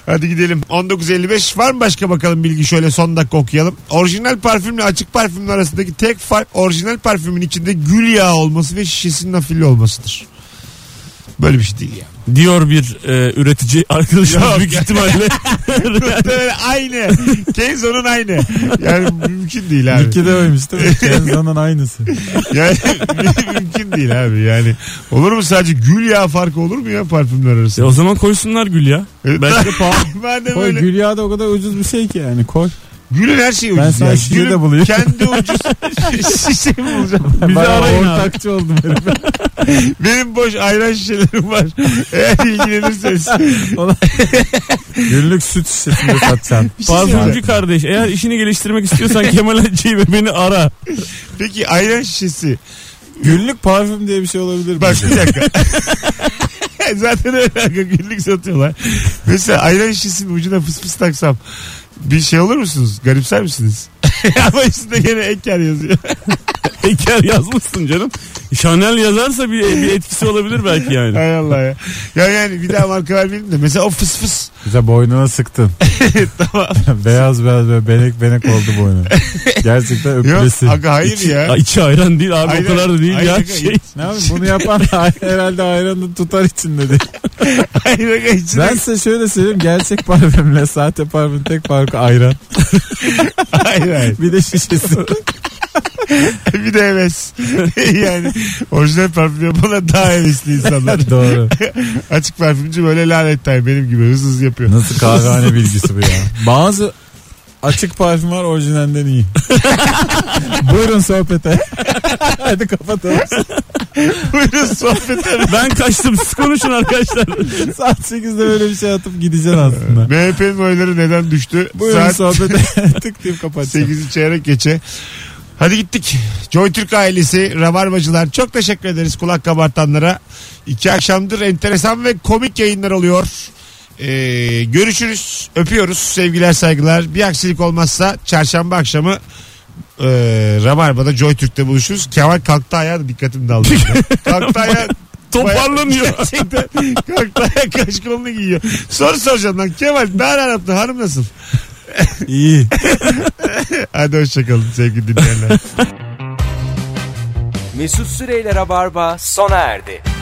[SPEAKER 2] Hadi gidelim. 19.55 var mı başka bakalım bilgi şöyle son dakika okuyalım. Orijinal parfümle açık parfümün arasındaki tek fark orijinal parfümün içinde gül yağı olması ve şişesinin afilli olmasıdır. Böyle bir şey değil ya.
[SPEAKER 4] Diyor bir e, üretici arkadaşımız
[SPEAKER 2] Yok.
[SPEAKER 4] büyük ihtimalle.
[SPEAKER 2] Muhtemelen aynı. Kenzo'nun aynı. Yani mümkün değil abi.
[SPEAKER 3] İlki de oymuş değil mi? Kenzan'ın aynısı.
[SPEAKER 2] Yani mümkün değil abi yani. Olur mu sadece gül yağı farkı olur mu ya parfümler
[SPEAKER 4] E,
[SPEAKER 2] arasında?
[SPEAKER 4] o zaman koysunlar gül ya. Belki de pahalı.
[SPEAKER 2] Madem
[SPEAKER 3] Koy
[SPEAKER 2] öyle.
[SPEAKER 3] Gülya da o kadar ucuz bir şey ki yani koy.
[SPEAKER 2] Gülün her şeyi ucuz.
[SPEAKER 3] Ben sana
[SPEAKER 2] ya.
[SPEAKER 3] şişe de
[SPEAKER 2] Gülün
[SPEAKER 3] bulayım.
[SPEAKER 2] Kendi ucuz şişemi bulacağım.
[SPEAKER 3] Bizi
[SPEAKER 4] arayın abi.
[SPEAKER 3] ortakçı oldum herif.
[SPEAKER 2] Benim boş ayran şişelerim var. Eğer ilgilenirseniz.
[SPEAKER 3] Günlük süt şişesini de satacaksın.
[SPEAKER 2] Bir şey
[SPEAKER 4] Pazarcı
[SPEAKER 2] söyleyeceğim.
[SPEAKER 4] kardeş eğer işini geliştirmek istiyorsan Kemal Hacı'yı ve beni ara.
[SPEAKER 2] Peki ayran şişesi.
[SPEAKER 3] Günlük parfüm diye bir şey olabilir mi?
[SPEAKER 2] Bak bir dakika. Zaten öyle kanka, günlük satıyorlar. Mesela ayran şişesinin ucuna fıs fıs taksam bir şey olur musunuz? Garipser misiniz? Ama üstünde gene eker yazıyor.
[SPEAKER 4] Eker yazmışsın canım. Chanel yazarsa bir, bir etkisi olabilir belki yani.
[SPEAKER 2] Hay Allah ya. Ya yani bir daha marka vermeyelim de mesela o fıs fıs.
[SPEAKER 3] Bize boynuna sıktın. tamam. beyaz beyaz böyle benek benek oldu boynu. Gerçekten
[SPEAKER 2] Yok
[SPEAKER 3] öpülesi.
[SPEAKER 2] aga hayır
[SPEAKER 4] İçi-
[SPEAKER 2] ya.
[SPEAKER 4] Aa, içi ayran değil abi
[SPEAKER 2] Ayran-
[SPEAKER 4] o kadar da değil
[SPEAKER 2] ayran-
[SPEAKER 4] ya. Şey,
[SPEAKER 3] Ne yapayım bunu yapan herhalde ayranı tutar içinde diye.
[SPEAKER 2] Hayır aga içine
[SPEAKER 3] Ben size şöyle söyleyeyim gerçek parfümle sahte parfümün tek farkı ayran.
[SPEAKER 2] hayır hayır.
[SPEAKER 3] Bir de şişesi.
[SPEAKER 2] bir de heves. yani orijinal parfüm yapana daha hevesli insanlar.
[SPEAKER 3] Doğru.
[SPEAKER 2] Açık parfümcü böyle lanetten benim gibi hızlı hızlı yapıyor.
[SPEAKER 3] Nasıl kahvehane bilgisi bu ya? Bazı açık parfüm var orijinalden iyi. Buyurun sohbete. Hadi kapatalım.
[SPEAKER 2] Buyurun sohbete.
[SPEAKER 4] ben kaçtım siz konuşun arkadaşlar.
[SPEAKER 3] Saat 8'de böyle bir şey atıp gideceksin aslında.
[SPEAKER 2] MHP'nin oyları neden düştü?
[SPEAKER 3] Buyurun
[SPEAKER 2] Saat
[SPEAKER 3] sohbete. Tık deyip kapatacağım.
[SPEAKER 2] 8'i çeyrek geçe. Hadi gittik. Joy Türk ailesi, Rabarbacılar çok teşekkür ederiz kulak kabartanlara. İki akşamdır enteresan ve komik yayınlar oluyor. Ee, görüşürüz. Öpüyoruz. Sevgiler saygılar. Bir aksilik olmazsa çarşamba akşamı e, Rabarba'da Joy Türk'te buluşuruz. Kemal kalktı ayağa da dikkatim daldı. kalktı ayağa
[SPEAKER 4] Toparlanıyor.
[SPEAKER 2] Gerçekten kalktı ayağa kaş kolunu giyiyor. Soru soracağım lan Kemal ben Arap'ta hanım nasıl?
[SPEAKER 3] İyi.
[SPEAKER 2] Hadi hoşçakalın sevgili dinleyenler.
[SPEAKER 1] Mesut Süreyler'e barba sona erdi.